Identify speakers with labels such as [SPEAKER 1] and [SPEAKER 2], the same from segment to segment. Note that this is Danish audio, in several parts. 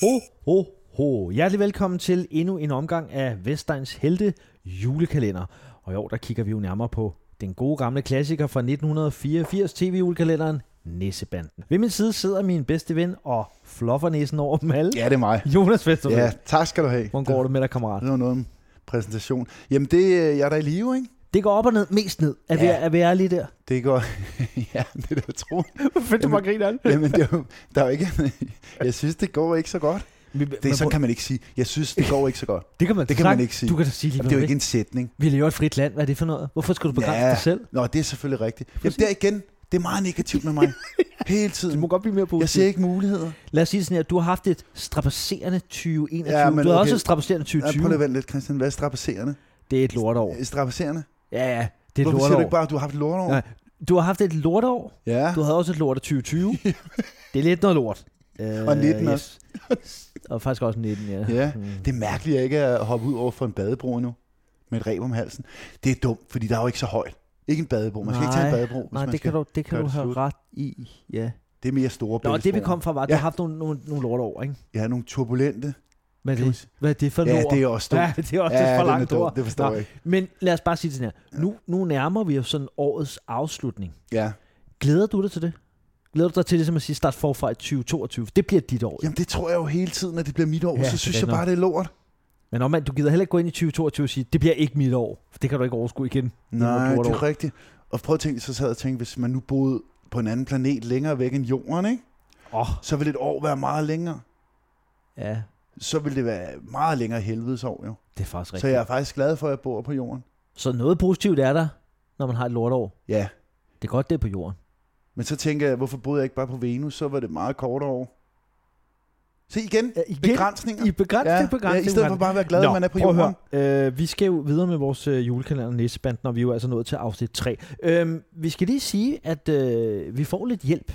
[SPEAKER 1] Ho, ho, ho. Hjertelig velkommen til endnu en omgang af Vestegns Helte julekalender. Og i år der kigger vi jo nærmere på den gode gamle klassiker fra 1984 tv-julekalenderen, Nissebanden. Ved min side sidder min bedste ven og fluffer næsen over dem alle,
[SPEAKER 2] Ja, det er mig.
[SPEAKER 1] Jonas Vestergaard.
[SPEAKER 2] Ja, Mm. tak skal du have.
[SPEAKER 1] Hvordan går det med dig, kammerat?
[SPEAKER 2] Det var noget om præsentation. Jamen, det, øh, jeg er da i live, ikke?
[SPEAKER 1] Det går op og ned, mest ned. Er, ja. vi,
[SPEAKER 2] Ja.
[SPEAKER 1] er vi ærlige der?
[SPEAKER 2] Det går... ja, det er da utroligt.
[SPEAKER 1] Fedt,
[SPEAKER 2] du bare
[SPEAKER 1] griner alt.
[SPEAKER 2] Jamen, det er jo, der er jo ikke... jeg synes, det går ikke så godt. Det, så
[SPEAKER 1] kan,
[SPEAKER 2] kan man ikke sige. Jeg synes, det går ikke så godt.
[SPEAKER 1] det kan man,
[SPEAKER 2] det kan man
[SPEAKER 1] snakke-
[SPEAKER 2] ikke sige.
[SPEAKER 1] Du kan da sige lige
[SPEAKER 2] Jamen, det er jo
[SPEAKER 1] noget.
[SPEAKER 2] ikke en sætning.
[SPEAKER 1] Vi lever i et frit land. Hvad er det for noget? Hvorfor skal du begrænse
[SPEAKER 2] Ja.
[SPEAKER 1] dig selv?
[SPEAKER 2] Nå, det er selvfølgelig rigtigt. Jamen, der igen, det er meget negativt med mig. Hele tiden.
[SPEAKER 1] godt blive mere
[SPEAKER 2] Jeg ser ikke muligheder.
[SPEAKER 1] Lad os sige det sådan her, du har haft et strapasserende 2021. Ja,
[SPEAKER 2] Ja,
[SPEAKER 1] du har
[SPEAKER 2] men
[SPEAKER 1] okay.
[SPEAKER 2] okay.
[SPEAKER 1] også et strapasserende
[SPEAKER 2] Ja, prøv lige
[SPEAKER 1] 2020.
[SPEAKER 2] at vente lidt, Christian. Hvad er strapasserende?
[SPEAKER 1] det er et lortår.
[SPEAKER 2] Strapasserende?
[SPEAKER 1] Ja, ja, det er et
[SPEAKER 2] Hvorfor siger du
[SPEAKER 1] lortår.
[SPEAKER 2] ikke bare, at du har haft lortår?
[SPEAKER 1] Nej. Du har haft et lortår.
[SPEAKER 2] Ja.
[SPEAKER 1] Du havde også et lort af 2020. det er lidt noget lort. Øh,
[SPEAKER 2] Og 19
[SPEAKER 1] yes. Og faktisk også 19, ja.
[SPEAKER 2] Ja,
[SPEAKER 1] Mm.
[SPEAKER 2] det er mærkeligt at ikke at hoppe ud over for en badebro endnu, med et reb om halsen. Det er dumt, fordi der er jo ikke så højt. Ikke en badebro. Man skal ikke tage en
[SPEAKER 1] Nej.
[SPEAKER 2] badebro. hvis
[SPEAKER 1] Nej,
[SPEAKER 2] man
[SPEAKER 1] det
[SPEAKER 2] skal.
[SPEAKER 1] kan du, det kan
[SPEAKER 2] gøre
[SPEAKER 1] du
[SPEAKER 2] det
[SPEAKER 1] have
[SPEAKER 2] slut.
[SPEAKER 1] ret i, ja.
[SPEAKER 2] det er mere store
[SPEAKER 1] Nå, det vi
[SPEAKER 2] bæltesbroer.
[SPEAKER 1] kom fra var, at du
[SPEAKER 2] Ja.
[SPEAKER 1] har haft nogle, nogle, nogle lortår, ikke?
[SPEAKER 2] Ja, nogle turbulente.
[SPEAKER 1] Hvad er
[SPEAKER 2] Kan man
[SPEAKER 1] det, hvad er det for
[SPEAKER 2] Ja,
[SPEAKER 1] lort?
[SPEAKER 2] det er også dumt.
[SPEAKER 1] Ja, det er også ja, for
[SPEAKER 2] den er
[SPEAKER 1] langt
[SPEAKER 2] dum.
[SPEAKER 1] ord.
[SPEAKER 2] Det forstår
[SPEAKER 1] Nå,
[SPEAKER 2] jeg ikke.
[SPEAKER 1] Men lad os bare sige det sådan her. Nu, nu nærmer vi os sådan årets afslutning.
[SPEAKER 2] Ja.
[SPEAKER 1] Glæder du dig til det? Glæder du dig til ligesom at sige start forfra i 2022? Det bliver dit år.
[SPEAKER 2] Jamen, det tror jeg jo hele tiden, at det bliver mit år.
[SPEAKER 1] Ja,
[SPEAKER 2] Ja, så
[SPEAKER 1] det er
[SPEAKER 2] synes jeg
[SPEAKER 1] nok.
[SPEAKER 2] bare, det er lort.
[SPEAKER 1] Men omvendt, du gider heller ikke gå ind i 2022 og sige, det bliver ikke mit år. For det kan du ikke overskue igen.
[SPEAKER 2] Nej,
[SPEAKER 1] lort
[SPEAKER 2] det
[SPEAKER 1] år.
[SPEAKER 2] er rigtigt. Og prøv at tænke, så sad jeg og tænkte, hvis man nu boede på en anden planet længere væk end jorden, ikke?
[SPEAKER 1] Åh, oh,
[SPEAKER 2] så ville et år være meget længere.
[SPEAKER 1] ja.
[SPEAKER 2] Så ville det være meget længere helvedesår, jo.
[SPEAKER 1] Det er faktisk rigtigt.
[SPEAKER 2] Så jeg er faktisk glad for, at jeg bor på jorden.
[SPEAKER 1] Så noget positivt er der, når man har et lortår.
[SPEAKER 2] Ja,
[SPEAKER 1] Det er godt, det er på jorden.
[SPEAKER 2] Men så tænker jeg, hvorfor boede jeg ikke bare på Venus? Så var det meget kortere år. Se igen,
[SPEAKER 1] Ja, Øh, igen.
[SPEAKER 2] begrænsninger.
[SPEAKER 1] I begrænsning, ja,
[SPEAKER 2] ja,
[SPEAKER 1] begrænsning.
[SPEAKER 2] I stedet for bare at være glad, at man er på
[SPEAKER 1] prøv at
[SPEAKER 2] jorden.
[SPEAKER 1] høre. Øh, vi skal jo videre med vores øh, julekalender næseband, når vi jo er altså nået til afsnit 3. Øh, vi skal lige sige, at øh, vi får lidt hjælp.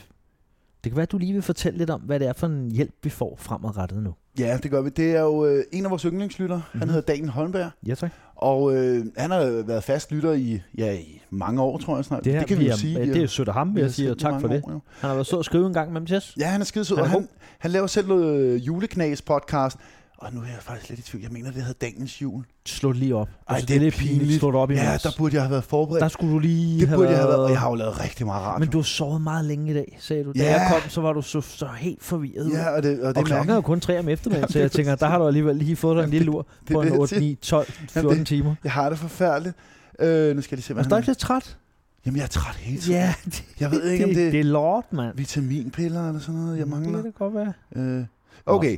[SPEAKER 1] Det kan være, at du lige vil fortælle lidt om, hvad det er for en hjælp, vi får fremadrettet nu.
[SPEAKER 2] Ja, det gør vi. Det er jo øh, en af vores yndlingslytter. Mm-hmm.
[SPEAKER 1] Mhm.
[SPEAKER 2] Han hedder Daniel Holmberg.
[SPEAKER 1] Ja, tak.
[SPEAKER 2] Og øh, han har jo været fast lytter i, ja, i mange år, tror jeg snart.
[SPEAKER 1] Det, her,
[SPEAKER 2] det kan vi jo sige.
[SPEAKER 1] Ja,
[SPEAKER 2] vi
[SPEAKER 1] det er jo sødt af ham, vil jeg sige, og tak for det.
[SPEAKER 2] År, jo.
[SPEAKER 1] Han har været så at skrive en gang med MTS.
[SPEAKER 2] ja, han er skidesød.
[SPEAKER 1] Han er
[SPEAKER 2] og
[SPEAKER 1] god.
[SPEAKER 2] han, han laver selv noget øh, juleknas podcast. Og nu er jeg faktisk lidt i tvivl. Jeg mener, det hedder Dagens Jul.
[SPEAKER 1] Slå det lige op. Jeg
[SPEAKER 2] Ej,
[SPEAKER 1] synes,
[SPEAKER 2] det er pinligt.
[SPEAKER 1] Slå det op i
[SPEAKER 2] Ja,
[SPEAKER 1] mors.
[SPEAKER 2] der burde jeg have været forberedt.
[SPEAKER 1] der skulle du lige
[SPEAKER 2] det burde jeg have været. Og
[SPEAKER 1] været-
[SPEAKER 2] jeg har jo lavet rigtig meget radio.
[SPEAKER 1] Men du har sovet meget længe i dag, sagde du. Da
[SPEAKER 2] Ja.
[SPEAKER 1] jeg kom, så var du så, så helt forvirret. ud.
[SPEAKER 2] Ja, og det, og det
[SPEAKER 1] og klokken er jo kun tre om eftermiddagen, så jeg tænker, der har du alligevel lige fået dig en lille lur
[SPEAKER 2] det er
[SPEAKER 1] på
[SPEAKER 2] det,
[SPEAKER 1] en
[SPEAKER 2] jeg
[SPEAKER 1] 8,
[SPEAKER 2] siger.
[SPEAKER 1] 9, 12, 14
[SPEAKER 2] det-
[SPEAKER 1] timer.
[SPEAKER 2] Jeg har det forfærdeligt. Øh, nu skal jeg lige se, hvad
[SPEAKER 1] Er du
[SPEAKER 2] han
[SPEAKER 1] ikke lidt træt?
[SPEAKER 2] Jamen, jeg er træt hele tiden.
[SPEAKER 1] Ja, det,
[SPEAKER 2] Jeg ved ikke, om det
[SPEAKER 1] det
[SPEAKER 2] er
[SPEAKER 1] er lort, mand.
[SPEAKER 2] vitaminpiller eller sådan noget, jeg
[SPEAKER 1] Det
[SPEAKER 2] mangler.
[SPEAKER 1] kan det godt være.
[SPEAKER 2] Øh, okay.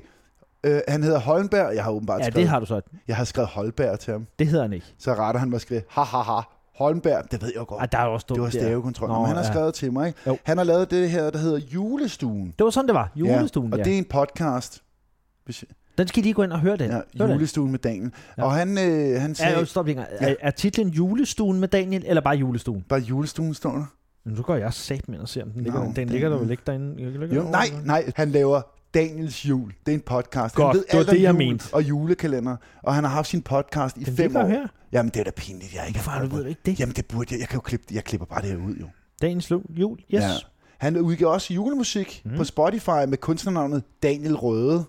[SPEAKER 2] Øh, han hedder Holmberg. Jeg har åbenbart
[SPEAKER 1] Ja,
[SPEAKER 2] skrevet,
[SPEAKER 1] det har du så.
[SPEAKER 2] jeg har skrevet Holberg til ham.
[SPEAKER 1] Det hedder han ikke.
[SPEAKER 2] Så retter han mig og skriver, ha, ha, ha, Holmberg. Det ved jeg jo godt.
[SPEAKER 1] Ej, der er jo også
[SPEAKER 2] det var
[SPEAKER 1] dumt der.
[SPEAKER 2] stavekontrol.
[SPEAKER 1] Nå,
[SPEAKER 2] Men han har
[SPEAKER 1] ja.
[SPEAKER 2] skrevet til mig. Ikke?
[SPEAKER 1] Jo.
[SPEAKER 2] Han har lavet det her, der hedder Julestuen.
[SPEAKER 1] Det var sådan, det var. Julestuen,
[SPEAKER 2] ja.
[SPEAKER 1] Mm,
[SPEAKER 2] Og
[SPEAKER 1] ja.
[SPEAKER 2] det er en podcast. Hvis,
[SPEAKER 1] Den skal I lige gå ind og høre den.
[SPEAKER 2] ja,
[SPEAKER 1] Hør den.
[SPEAKER 2] julestuen med Daniel.
[SPEAKER 1] Ja.
[SPEAKER 2] Ja. Og han, øh, han
[SPEAKER 1] Ja,
[SPEAKER 2] sagde,
[SPEAKER 1] jo, stop lige engang.
[SPEAKER 2] Ja.
[SPEAKER 1] Er, er titlen Julestuen med Daniel, eller bare Julestuen?
[SPEAKER 2] bare julestuen står der.
[SPEAKER 1] Men nu går jeg sat med og ser, om den ligger,
[SPEAKER 2] Nå,
[SPEAKER 1] den, den
[SPEAKER 2] den-
[SPEAKER 1] ligger der vel ikke derinde. Jo,
[SPEAKER 2] Jo, nej, nej, han laver Daniels Jul. Det er en podcast.
[SPEAKER 1] Godt,
[SPEAKER 2] han ved
[SPEAKER 1] det var
[SPEAKER 2] alt om
[SPEAKER 1] det, jeg
[SPEAKER 2] jul
[SPEAKER 1] mente.
[SPEAKER 2] Og julekalender. Og han har haft sin podcast i
[SPEAKER 1] Den
[SPEAKER 2] fem
[SPEAKER 1] ligger
[SPEAKER 2] år.
[SPEAKER 1] her.
[SPEAKER 2] Jamen, det er da pinligt. Jeg er ikke
[SPEAKER 1] Hvorfor har du ved
[SPEAKER 2] forberedt.
[SPEAKER 1] du ikke det?
[SPEAKER 2] Jamen, det burde jeg. Jeg kan jo klippe det. Jeg klipper bare det her ud, jo.
[SPEAKER 1] Dagens lu- jul, yes. Ja.
[SPEAKER 2] Han udgiver også julemusik
[SPEAKER 1] Mm.
[SPEAKER 2] mm. på Spotify med kunstnernavnet Daniel Røde.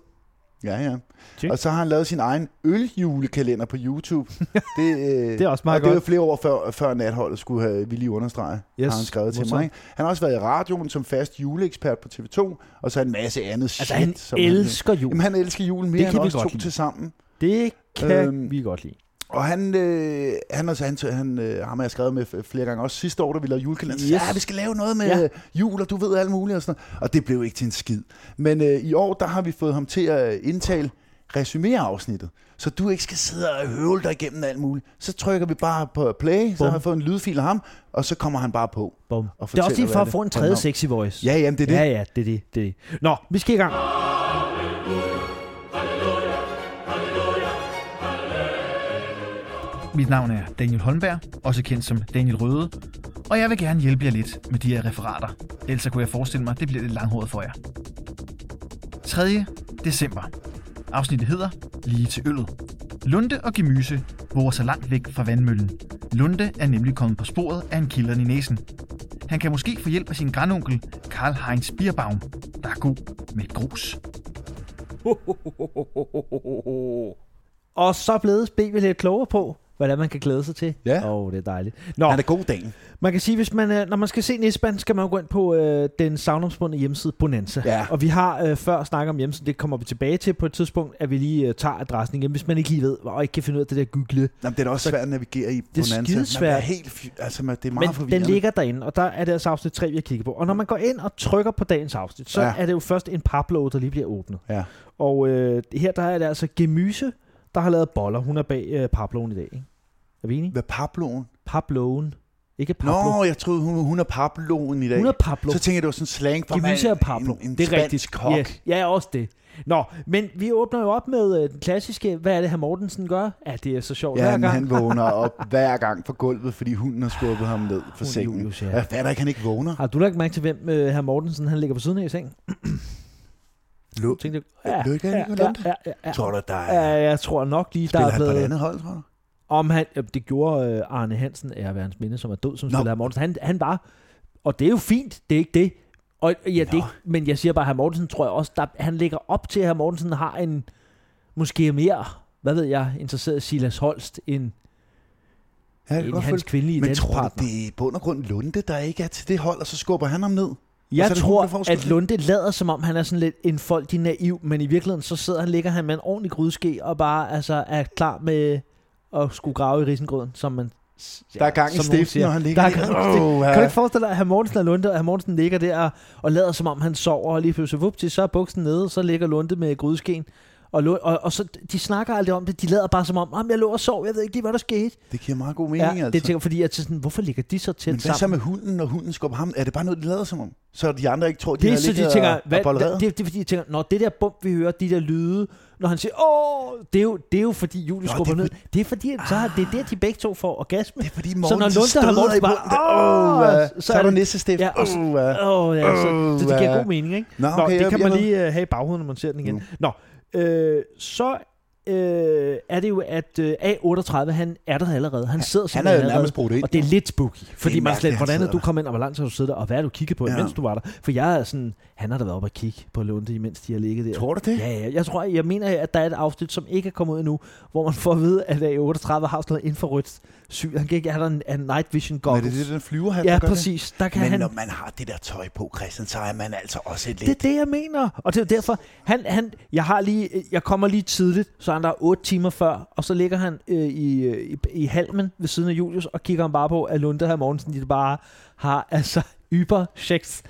[SPEAKER 2] Ja, ja.
[SPEAKER 1] Tjek.
[SPEAKER 2] Og så har han lavet sin egen øljulekalender på YouTube. det, øh,
[SPEAKER 1] Det er også meget
[SPEAKER 2] og det er jo
[SPEAKER 1] godt.
[SPEAKER 2] flere år før, før natholdet skulle have vi lige understrege, yes,
[SPEAKER 1] Yes,
[SPEAKER 2] har han skrevet til
[SPEAKER 1] modtaget.
[SPEAKER 2] mig. ikke? Han har også været i radioen som fast juleekspert på TV2, og så en masse andet
[SPEAKER 1] Altså,
[SPEAKER 2] shit.
[SPEAKER 1] han
[SPEAKER 2] som
[SPEAKER 1] elsker jul.
[SPEAKER 2] Jamen, han elsker julen mere
[SPEAKER 1] Det
[SPEAKER 2] det
[SPEAKER 1] kan
[SPEAKER 2] end
[SPEAKER 1] vi
[SPEAKER 2] os
[SPEAKER 1] godt
[SPEAKER 2] to
[SPEAKER 1] lide.
[SPEAKER 2] til sammen.
[SPEAKER 1] Det kan øhm,
[SPEAKER 2] Øhm,
[SPEAKER 1] vi godt lide.
[SPEAKER 2] Og han, øh, han, også, han, han øh, ham har jeg skrevet med f- flere gange, også sidste år, da vi lavede julekalender.
[SPEAKER 1] Yes.
[SPEAKER 2] Yes. Ja, vi skal lave noget med
[SPEAKER 1] Ja.
[SPEAKER 2] ja. jul, og du ved alt muligt og sådan noget. Og det blev ikke til en skid. Men øh, i år, der har vi fået ham til at indtale resuméafsnittet, så du ikke skal sidde og høvle dig igennem alt muligt. Så trykker vi bare på play, Bum. så
[SPEAKER 1] Bum.
[SPEAKER 2] har jeg fået en lydfil af ham, og så kommer han bare på.
[SPEAKER 1] Bum.
[SPEAKER 2] og
[SPEAKER 1] Det er også
[SPEAKER 2] fortæller,
[SPEAKER 1] lige for
[SPEAKER 2] hvad
[SPEAKER 1] at få
[SPEAKER 2] det
[SPEAKER 1] en tredje
[SPEAKER 2] handler om.
[SPEAKER 1] sexy voice.
[SPEAKER 2] Ja, jamen det er det.
[SPEAKER 1] ja, ja, det er det, det er det. Nå, vi skal i gang.
[SPEAKER 3] Mit navn er Daniel Holmberg, også kendt som Daniel Røde, og jeg vil gerne hjælpe jer lidt med de her referater. Ellers så kunne jeg forestille mig, at det bliver lidt langhåret for jer. 3. december. Afsnittet hedder Lige til øllet. Lunde og Gemyse borer sig langt væk fra vandmøllen. Lunde er nemlig kommet på sporet af en kilderen i næsen. Han kan måske få hjælp af sin grandonkel, Karl Heinz Bierbaum, der er god med et grus.
[SPEAKER 1] Og så blevet blev vi lidt klogere på, hvordan man kan glæde sig til.
[SPEAKER 2] Ja.
[SPEAKER 1] Åh, oh, det er dejligt. Nå,
[SPEAKER 2] Han er god dagen.
[SPEAKER 1] man kan sige, hvis man, øh, når man skal se Nisban, skal man jo gå ind på øh, den savnomsbundne hjemmeside Bonanza.
[SPEAKER 2] Ja.
[SPEAKER 1] Og vi har øh, før snakket om hjemmesiden, det kommer vi tilbage til på et tidspunkt, at vi lige øh, tager adressen igen, hvis man ikke lige ved, og ikke kan finde ud af det der Google.
[SPEAKER 2] Jamen, det er da også svært at navigere i
[SPEAKER 1] er
[SPEAKER 2] Bonanza. Man
[SPEAKER 1] skidesvært.
[SPEAKER 2] helt, fy- altså, man, det er meget
[SPEAKER 1] Men den
[SPEAKER 2] forvirrende.
[SPEAKER 1] ligger derinde, og der er det altså afsnit 3, vi har kigget på. Og når man går ind og trykker på dagens afsnit, så
[SPEAKER 2] Ja.
[SPEAKER 1] ja. er det jo først en papload, der lige bliver åbnet.
[SPEAKER 2] Ja.
[SPEAKER 1] Og øh, her der er det altså Gemyse, der har lavet boller. Hun er bag øh, paploven i dag, ikke? Er vi enige?
[SPEAKER 2] Hvad Pabloen?
[SPEAKER 1] Paploven. Ikke Pablo.
[SPEAKER 2] Nå, jeg troede, hun, hun er Pabloen i dag.
[SPEAKER 1] hun er Pablo.
[SPEAKER 2] Så tænker jeg, det var sådan slang for
[SPEAKER 1] Gemyse er
[SPEAKER 2] mand.
[SPEAKER 1] Pablo.
[SPEAKER 2] En, en
[SPEAKER 1] det er
[SPEAKER 2] spansk
[SPEAKER 1] rigtigt.
[SPEAKER 2] kok.
[SPEAKER 1] Yes. Ja, også det. Nå, men vi åbner jo op med øh, den klassiske, hvad er det, her Mortensen gør? Ja, det er så sjovt
[SPEAKER 2] Ja,
[SPEAKER 1] hver
[SPEAKER 2] han,
[SPEAKER 1] gang.
[SPEAKER 2] han vågner op hver gang på gulvet, fordi hunden har skubbet ham ned for
[SPEAKER 1] Hun
[SPEAKER 2] sengen.
[SPEAKER 1] Julius, ja.
[SPEAKER 2] Jeg fatter ikke, han ikke vågner.
[SPEAKER 1] Har du lagt mærke til, hvem øh, herr Mortensen han ligger på siden af i sengen?
[SPEAKER 2] Lå,
[SPEAKER 1] Tænkte,
[SPEAKER 2] Ja, Lykke,
[SPEAKER 1] ja,
[SPEAKER 2] er
[SPEAKER 1] ja,
[SPEAKER 2] ikke
[SPEAKER 1] ja,
[SPEAKER 2] Lunde?
[SPEAKER 1] ja, ja, ja.
[SPEAKER 2] tror du, der er...
[SPEAKER 1] Ja, jeg tror nok lige, der
[SPEAKER 2] Spiller
[SPEAKER 1] er
[SPEAKER 2] han på et
[SPEAKER 1] blevet...
[SPEAKER 2] andet hold, tror du?
[SPEAKER 1] Om han, øh, det gjorde øh, Arne Hansen, ærværens minde, som er død, som
[SPEAKER 2] Nå.
[SPEAKER 1] spiller herr Mortensen. Han, han var, og det er jo fint, det er ikke det. Og, ja, det er
[SPEAKER 2] Nå.
[SPEAKER 1] ikke, men jeg siger bare, at herr Mortensen tror jeg også, der, han ligger op til, at herr Mortensen har en, måske mere, hvad ved jeg, interesseret Silas Holst, end,
[SPEAKER 2] Ja, jeg kan
[SPEAKER 1] end
[SPEAKER 2] godt
[SPEAKER 1] hans
[SPEAKER 2] følge-
[SPEAKER 1] kvindelige
[SPEAKER 2] Men tror du,
[SPEAKER 1] danspartner.
[SPEAKER 2] det er i bund og grund Lunde, der ikke er til det hold, og så skubber han ham ned? Og så
[SPEAKER 1] Jeg
[SPEAKER 2] er det
[SPEAKER 1] tror,
[SPEAKER 2] hun, der får
[SPEAKER 1] at
[SPEAKER 2] skylden.
[SPEAKER 1] Lunde lader, som om han er sådan lidt en folk, de er naiv, men i virkeligheden, så sidder han, ligger han med en ordentlig grydeske, og bare altså, er klar med at skulle grave i risengrøden, som man
[SPEAKER 2] Der er gang i
[SPEAKER 1] som nogen
[SPEAKER 2] stiften,
[SPEAKER 1] siger.
[SPEAKER 2] når han ligger
[SPEAKER 1] Der er gang i stiften.
[SPEAKER 2] Åh,
[SPEAKER 1] Kan
[SPEAKER 2] ja.
[SPEAKER 1] du ikke forestille dig, at herr Mortensen er Lunde, og herr Mortensen ligger der og, og lader, som om han sover, og lige pludselig, vupti, så er buksen nede, så ligger Lunde med grydeskeen. Og, Lund, og, og så, de snakker aldrig om det, de lader bare som om, om jeg lå og sov, jeg ved ikke lige, hvad der skete.
[SPEAKER 2] Det giver meget god
[SPEAKER 1] Ja,
[SPEAKER 2] mening,
[SPEAKER 1] det
[SPEAKER 2] altså.
[SPEAKER 1] tænker jeg, fordi jeg tænker sådan, hvorfor ligger de så tæt
[SPEAKER 2] Men hvad så
[SPEAKER 1] sammen?
[SPEAKER 2] med hunden, når hunden skubber ham? Er det bare noget, de lader som om? Så de andre ikke tror, de
[SPEAKER 1] Det er,
[SPEAKER 2] har
[SPEAKER 1] så de
[SPEAKER 2] ligget
[SPEAKER 1] tænker,
[SPEAKER 2] og,
[SPEAKER 1] hvad,
[SPEAKER 2] og bolleret?
[SPEAKER 1] det, det, det, er fordi, de tænker, når det der bump, vi hører, de der lyde, når han siger, åh, det er jo, det er jo fordi, Julius
[SPEAKER 2] Nå,
[SPEAKER 1] skubber
[SPEAKER 2] det er
[SPEAKER 1] ned. Det er fordi, at så har, det er der, de begge to får orgasme.
[SPEAKER 2] Det er fordi
[SPEAKER 1] når
[SPEAKER 2] Morten så
[SPEAKER 1] Lunde har
[SPEAKER 2] støder
[SPEAKER 1] Morten
[SPEAKER 2] i bunden.
[SPEAKER 1] bare,
[SPEAKER 2] Åh,
[SPEAKER 1] "Åh!"
[SPEAKER 2] ja.
[SPEAKER 1] Så
[SPEAKER 2] så
[SPEAKER 1] er
[SPEAKER 2] er der
[SPEAKER 1] det-
[SPEAKER 2] næste stift.
[SPEAKER 1] Ja, og så-
[SPEAKER 2] Åh, ja.
[SPEAKER 1] Åh, oh, ja, så,
[SPEAKER 2] Åh,
[SPEAKER 1] så det giver
[SPEAKER 2] ja.
[SPEAKER 1] god mening, ikke?
[SPEAKER 2] Øh, Nå,
[SPEAKER 1] Nå,
[SPEAKER 2] okay,
[SPEAKER 1] det
[SPEAKER 2] jeg-
[SPEAKER 1] kan
[SPEAKER 2] jeg
[SPEAKER 1] man
[SPEAKER 2] ved-
[SPEAKER 1] lige øh, have i baghovedet, når man ser den igen.
[SPEAKER 2] Mm.
[SPEAKER 1] Nå, øh, så øh, er det jo, at øh, A38, han er der allerede. Han sidder
[SPEAKER 2] Han er jo
[SPEAKER 1] simpelthen allerede.
[SPEAKER 2] nærmest brugt ind.
[SPEAKER 1] Og det er lidt spooky, fordi man
[SPEAKER 2] mærkeligt,
[SPEAKER 1] slet,
[SPEAKER 2] han
[SPEAKER 1] hvordan er
[SPEAKER 2] sidder
[SPEAKER 1] du
[SPEAKER 2] der.
[SPEAKER 1] kom ind, og hvor lang tid har du siddet der, og hvad er du kigget på,
[SPEAKER 2] Ja.
[SPEAKER 1] ja. imens du var der? For jeg er sådan, han har da været oppe og kigge på Lunde, imens de har ligget der.
[SPEAKER 2] Tror du det?
[SPEAKER 1] Ja, ja, jeg tror, jeg mener, at der er et afsnit, som ikke er kommet ud endnu, hvor man får at vide, at A38 har sådan noget infrarødt syn. Han kan ikke have der en night vision
[SPEAKER 2] Men er
[SPEAKER 1] goggles.
[SPEAKER 2] det det, den flyver her?
[SPEAKER 1] ja, præcis. Der kan
[SPEAKER 2] Men
[SPEAKER 1] han...
[SPEAKER 2] når man har det der tøj på, Christian, så er man altså også et
[SPEAKER 1] Det
[SPEAKER 2] lidt...
[SPEAKER 1] er det, jeg mener. Og det er jo derfor, han, han, jeg, har lige, jeg kommer lige tidligt, så er han der 8 timer før, og så ligger han øh, i, øh, i, i halmen ved siden af Julius, og kigger han bare på, at Lunde her Morgensen, de bare har altså yber sex,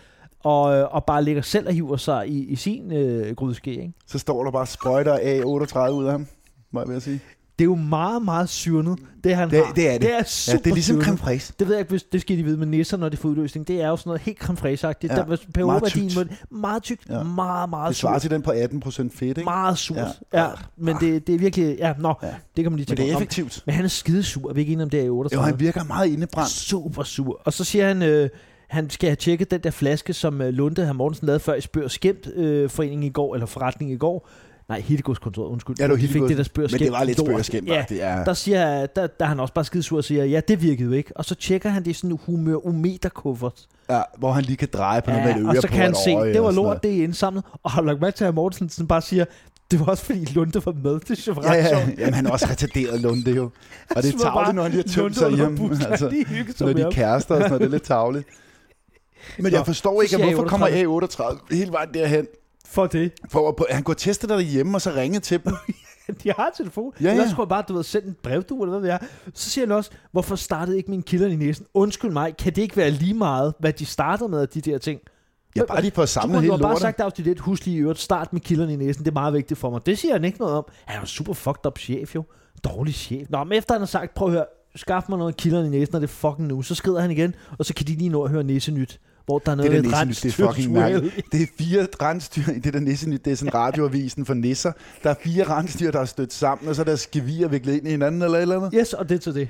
[SPEAKER 1] og, øh, og bare ligger selv og hiver sig i, i sin øh, grydeske. Ikke?
[SPEAKER 2] Så står der bare sprøjter A38 ud af ham, må jeg ved at sige.
[SPEAKER 1] Det er jo meget, meget syrnet, det han
[SPEAKER 2] Det-
[SPEAKER 1] har.
[SPEAKER 2] det er det.
[SPEAKER 1] Det er
[SPEAKER 2] Ja,
[SPEAKER 1] super
[SPEAKER 2] det er ligesom
[SPEAKER 1] syrnet.
[SPEAKER 2] creme fraise.
[SPEAKER 1] Det ved jeg ikke, hvis det skal de vide med nisser, når de får udløsning. Det er jo sådan noget helt creme fraise-agtigt.
[SPEAKER 2] Ja,
[SPEAKER 1] Ja, der,
[SPEAKER 2] meget
[SPEAKER 1] meget tykt.
[SPEAKER 2] tykt.
[SPEAKER 1] Meget tykt,
[SPEAKER 2] Ja.
[SPEAKER 1] ja. meget, meget
[SPEAKER 2] Det
[SPEAKER 1] surt.
[SPEAKER 2] svarer til den på 18% fedt, ikke?
[SPEAKER 1] Meget surt.
[SPEAKER 2] Ja.
[SPEAKER 1] Ja. ja. Men det, det er virkelig... Ja, nå,
[SPEAKER 2] Ja.
[SPEAKER 1] ja. det kan man lige
[SPEAKER 2] Men
[SPEAKER 1] tænke
[SPEAKER 2] det er
[SPEAKER 1] over.
[SPEAKER 2] effektivt.
[SPEAKER 1] Nå, Men han er skidesur. Er vi ikke enige om det her i
[SPEAKER 2] Jo,
[SPEAKER 1] 38?
[SPEAKER 2] han virker meget indebrændt.
[SPEAKER 1] Super sur. Og så siger han... Øh, han skal have tjekket den der flaske, som øh, Lunde her Mortensen lavede før i Spør Skæmt øh, foreningen i går, eller forretning i går. Nej, Hittegodskontoret, undskyld.
[SPEAKER 2] Ja, det var
[SPEAKER 1] De fik
[SPEAKER 2] Hittegods.
[SPEAKER 1] det der Spør
[SPEAKER 2] Men
[SPEAKER 1] Skæmt.
[SPEAKER 2] det var lidt
[SPEAKER 1] lort.
[SPEAKER 2] spørgeskæmt.
[SPEAKER 1] Ja,
[SPEAKER 2] Ja.
[SPEAKER 1] der, siger, der, der er han også bare skidesur og siger, ja, det virkede jo ikke. Og så tjekker han det i sådan en humør-umeter-kuffert.
[SPEAKER 2] ja, hvor han lige kan dreje på ja, noget med et
[SPEAKER 1] og
[SPEAKER 2] øre
[SPEAKER 1] så
[SPEAKER 2] på
[SPEAKER 1] kan han
[SPEAKER 2] et
[SPEAKER 1] se,
[SPEAKER 2] øje
[SPEAKER 1] det var
[SPEAKER 2] og sådan
[SPEAKER 1] lort, det er indsamlet. Og har du lagt mærke til, at Mortensen sådan bare siger, det var også fordi Lunde var med. Det er
[SPEAKER 2] noget. Ja, ja, jamen, han er også retarderet Lunde jo. Og det er tavligt, når han lige har tømt sig hjem.
[SPEAKER 1] Altså, de hygger sig
[SPEAKER 2] når de er
[SPEAKER 1] med ham.
[SPEAKER 2] kærester og sådan noget, det er lidt tavligt. Men
[SPEAKER 1] Nå,
[SPEAKER 2] jeg forstår ikke,
[SPEAKER 1] siger
[SPEAKER 2] at hvorfor
[SPEAKER 1] A38.
[SPEAKER 2] kommer A38 hele vejen derhen?
[SPEAKER 1] For det.
[SPEAKER 2] For at på, han går og tester dig derhjemme, og så ringer til dem.
[SPEAKER 1] De har telefon.
[SPEAKER 2] Ja,
[SPEAKER 1] Ja,
[SPEAKER 2] ja.
[SPEAKER 1] ja. Ellers skulle jeg bare, du ved, sende en brevdue, eller hvad ved jeg. Så siger han også, hvorfor startede ikke min kilder i næsen? Undskyld mig, kan det ikke være lige meget, hvad de startede med af de der ting?
[SPEAKER 2] Ja, bare lige for at
[SPEAKER 1] Du
[SPEAKER 2] samle
[SPEAKER 1] kunne jo
[SPEAKER 2] hele
[SPEAKER 1] bare
[SPEAKER 2] lortet.
[SPEAKER 1] sagt, at det er et huslige i øvrigt. Start med kilderne i næsen. Det er meget vigtigt for mig. Det siger han ikke noget om. Han er jo super fucked up chef, jo. Dårlig chef. Nå, men efter han har sagt, prøv at høre, skaf mig noget af kilderne i næsen, og det er fucking nu. Så skrider han igen, og så kan de lige nå at høre næse nyt. Hvor der er
[SPEAKER 2] Det
[SPEAKER 1] noget
[SPEAKER 2] der
[SPEAKER 1] lidt
[SPEAKER 2] nissenyt, det er fucking
[SPEAKER 1] rensdyrstuel.
[SPEAKER 2] mærkeligt. Det er fire rensdyr i det der nissenyt. Det er sådan radioavisen for nisser. Der er fire rensdyr, der er stødt sammen, og så er der skevir viklet ind i hinanden eller et eller andet.
[SPEAKER 1] Yes, og det er så det.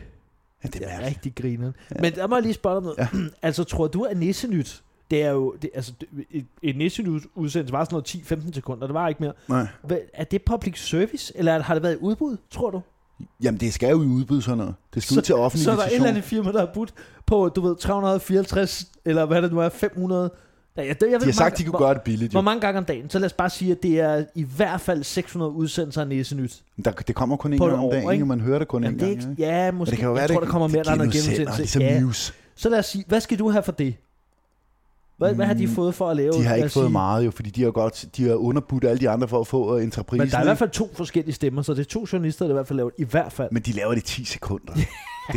[SPEAKER 2] Ja, det er mærkeligt.
[SPEAKER 1] Rigtig grineren. Ja. Men der må jeg lige spørge dig om noget. Ja. altså, tror du, at nissenyt, det er jo, det, altså, det- et, et nissenyt udsendelse var sådan noget 10-15 sekunder, det var ikke mere.
[SPEAKER 2] Nej.
[SPEAKER 1] Hvad, er det public service, eller har det været i udbud, tror du?
[SPEAKER 2] Jamen, det skal jo i udbud sådan noget. Det skal så, ud til offentlig
[SPEAKER 1] Så er der et
[SPEAKER 2] visitation.
[SPEAKER 1] eller andet firma, der har budt på, du ved, 354, eller hvad det nu er, 500 Ja, jeg, jeg ved,
[SPEAKER 2] De har sagt,
[SPEAKER 1] mange-
[SPEAKER 2] de kunne
[SPEAKER 1] hvor,
[SPEAKER 2] gøre det billigt.
[SPEAKER 1] Hvor
[SPEAKER 2] Jo.
[SPEAKER 1] mange gange om dagen? Så lad os bare sige, at det er i hvert fald 600 udsendelser af Næsenyt.
[SPEAKER 2] Men Der, det kommer kun en
[SPEAKER 1] På et
[SPEAKER 2] gang om
[SPEAKER 1] år,
[SPEAKER 2] dagen,
[SPEAKER 1] ikke?
[SPEAKER 2] og man hører det kun en
[SPEAKER 1] Jamen, det er
[SPEAKER 2] gang.
[SPEAKER 1] ikke,
[SPEAKER 2] ikke?
[SPEAKER 1] ja,
[SPEAKER 2] Men
[SPEAKER 1] måske.
[SPEAKER 2] det kan jo være,
[SPEAKER 1] jeg tror, der kommer mere, der er noget gennemsendelse.
[SPEAKER 2] Ligesom
[SPEAKER 1] Ja.
[SPEAKER 2] Muse.
[SPEAKER 1] Så lad os sige, hvad skal du have for det? Hvad, hvad har de
[SPEAKER 2] Mm,
[SPEAKER 1] fået for at lave?
[SPEAKER 2] De har
[SPEAKER 1] lad
[SPEAKER 2] ikke
[SPEAKER 1] os
[SPEAKER 2] fået
[SPEAKER 1] sige-
[SPEAKER 2] meget jo, fordi de har, godt, de har underbudt alle de andre for at få øh, entreprisen.
[SPEAKER 1] Men der er i
[SPEAKER 2] ikke?
[SPEAKER 1] hvert fald to forskellige stemmer, så det er to journalister, der i hvert fald laver det. I hvert fald.
[SPEAKER 2] Men de laver det i 10 sekunder. Det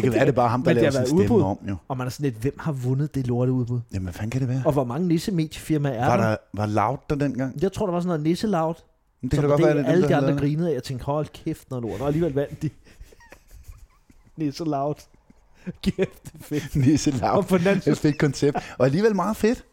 [SPEAKER 2] kan være, det er bare ham, der
[SPEAKER 1] Men det
[SPEAKER 2] laver
[SPEAKER 1] har
[SPEAKER 2] sin
[SPEAKER 1] været
[SPEAKER 2] stemme
[SPEAKER 1] udbud.
[SPEAKER 2] om. Jo.
[SPEAKER 1] Og man er sådan lidt, hvem har vundet det lorte udbud?
[SPEAKER 2] Jamen, hvad fanden kan det være?
[SPEAKER 1] Og hvor mange nissemediefirmaer er
[SPEAKER 2] Var,
[SPEAKER 1] der?
[SPEAKER 2] der, var Loud der dengang?
[SPEAKER 1] Jeg tror, der var sådan noget nisselaut.
[SPEAKER 2] Men det
[SPEAKER 1] Det
[SPEAKER 2] kan
[SPEAKER 1] kan
[SPEAKER 2] da godt
[SPEAKER 1] det,
[SPEAKER 2] være, det er dem,
[SPEAKER 1] alle
[SPEAKER 2] der
[SPEAKER 1] de
[SPEAKER 2] har
[SPEAKER 1] andre
[SPEAKER 2] lavet det.
[SPEAKER 1] grinede, og jeg tænkte, hold kæft, noget lort. Og alligevel vandt de. Nisselaut. Kæft, det er fedt.
[SPEAKER 2] Nisse
[SPEAKER 1] Og
[SPEAKER 2] Loud.
[SPEAKER 1] på den anden
[SPEAKER 2] Det er
[SPEAKER 1] side,
[SPEAKER 2] et fedt koncept. Og alligevel meget fedt.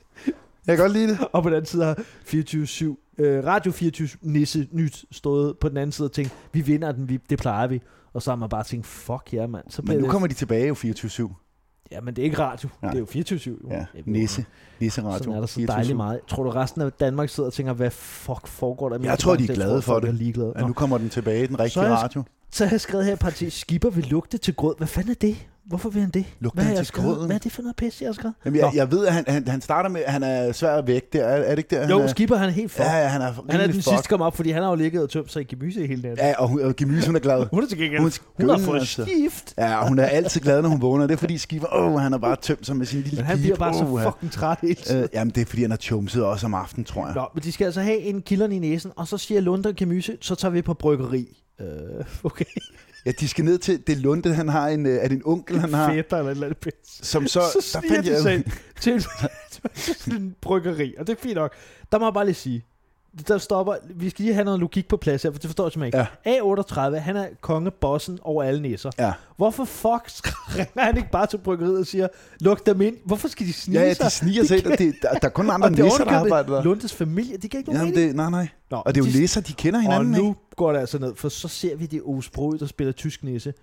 [SPEAKER 2] Jeg kan godt lide det.
[SPEAKER 1] og på den anden side har 24-7, øh, Radio 24 Nisse Nyt stået på den anden side og tænkt, vi vinder den, vi, det plejer vi. Og så har man bare tænkt, fuck ja, mand. Så
[SPEAKER 2] Men
[SPEAKER 1] bliver
[SPEAKER 2] nu
[SPEAKER 1] det,
[SPEAKER 2] kommer de tilbage jo 24-7.
[SPEAKER 1] ja, men det er ikke radio,
[SPEAKER 2] Nej.
[SPEAKER 1] det er jo 24 jo.
[SPEAKER 2] Ja,
[SPEAKER 1] Det er jo-
[SPEAKER 2] Nisse. Nisse Radio.
[SPEAKER 1] Sådan er der så dejligt meget. Tror du, resten af Danmark sidder og tænker, hvad fuck foregår der? med
[SPEAKER 2] Jeg
[SPEAKER 1] Jacob
[SPEAKER 2] tror, de er
[SPEAKER 1] Amsdal?
[SPEAKER 2] glade
[SPEAKER 1] Tror,
[SPEAKER 2] for
[SPEAKER 1] folk
[SPEAKER 2] det.
[SPEAKER 1] Er ligeglade.
[SPEAKER 2] Ja, nu
[SPEAKER 1] Nå.
[SPEAKER 2] kommer den tilbage, den rigtige
[SPEAKER 1] Så er jeg-
[SPEAKER 2] radio.
[SPEAKER 1] Så har jeg skrevet her i partiet, skipper vil lugte til grød. Hvad fanden er det? Hvorfor vil han det?
[SPEAKER 2] Lugter
[SPEAKER 1] Hvad, har
[SPEAKER 2] han
[SPEAKER 1] jeg
[SPEAKER 2] til
[SPEAKER 1] skrevet?
[SPEAKER 2] grøden?
[SPEAKER 1] Hvad er det for noget pis, jeg har skrevet?
[SPEAKER 2] Jamen, jeg, jeg ved, at han, han, han starter med, at han er svær at vække. Der, er, er det ikke der? han
[SPEAKER 1] jo,
[SPEAKER 2] er,
[SPEAKER 1] skipper han er helt for.
[SPEAKER 2] Ja,
[SPEAKER 1] Ja,
[SPEAKER 2] ja, han er
[SPEAKER 1] han er den
[SPEAKER 2] rimelig
[SPEAKER 1] sidste, der kom op, fordi han har jo ligget og tømt sig i gemyse hele natten.
[SPEAKER 2] Ja, og, hun, og Gemys, hun er glad.
[SPEAKER 1] Hun er til gengæld.
[SPEAKER 2] Hun
[SPEAKER 1] Hun, hun
[SPEAKER 2] er
[SPEAKER 1] har
[SPEAKER 2] skøn,
[SPEAKER 1] fået
[SPEAKER 2] altså.
[SPEAKER 1] skift.
[SPEAKER 2] Ja, hun er altid glad, når hun vågner. Det er fordi Skiver, åh, han har bare tømt sig med sin lille
[SPEAKER 1] Men han
[SPEAKER 2] pibe.
[SPEAKER 1] bliver bare så
[SPEAKER 2] Åh, ja.
[SPEAKER 1] fucking træt hele tiden.
[SPEAKER 2] Øh, jamen, det er fordi, han har chumset også om aftenen, tror jeg.
[SPEAKER 1] Nå, men de skal altså have en kilderen i næsen, og så siger Lunde og Gemyse, så tager vi på bryggeri. Øh, okay,
[SPEAKER 2] Ja, de skal ned til det lunde, han har en, øh, er det en onkel, han har,
[SPEAKER 1] fætter eller et eller andet pis.
[SPEAKER 2] som så,
[SPEAKER 1] så, så
[SPEAKER 2] der
[SPEAKER 1] sniger
[SPEAKER 2] fandt
[SPEAKER 1] de sig
[SPEAKER 2] jeg,
[SPEAKER 1] til, til sådan en bryggeri, og det er fint nok. Der må jeg bare lige sige, der stopper, vi skal lige have noget logik på plads her, for det forstår jeg simpelthen ikke. Ja. A38, han er kongebossen over alle næser.
[SPEAKER 2] Ja.
[SPEAKER 1] Hvorfor fuck ringer han ikke bare til bryggeriet og siger, luk dem ind? Hvorfor skal de snige
[SPEAKER 2] ja, ja,
[SPEAKER 1] sig?
[SPEAKER 2] de sniger sig, ind, og det, der, der er kun andre
[SPEAKER 1] og det
[SPEAKER 2] nisser, der
[SPEAKER 1] ovenikøbet
[SPEAKER 2] arbejder der.
[SPEAKER 1] Lundes familie, det kan ikke nogen
[SPEAKER 2] Jamen,
[SPEAKER 1] mening.
[SPEAKER 2] det, nej, nej.
[SPEAKER 1] Nå,
[SPEAKER 2] Og det er jo
[SPEAKER 1] de-
[SPEAKER 2] læser, de kender
[SPEAKER 1] og
[SPEAKER 2] hinanden,
[SPEAKER 1] nu
[SPEAKER 2] ikke?
[SPEAKER 1] går det altså ned, for så ser vi det osbro, der spiller tysk nisse.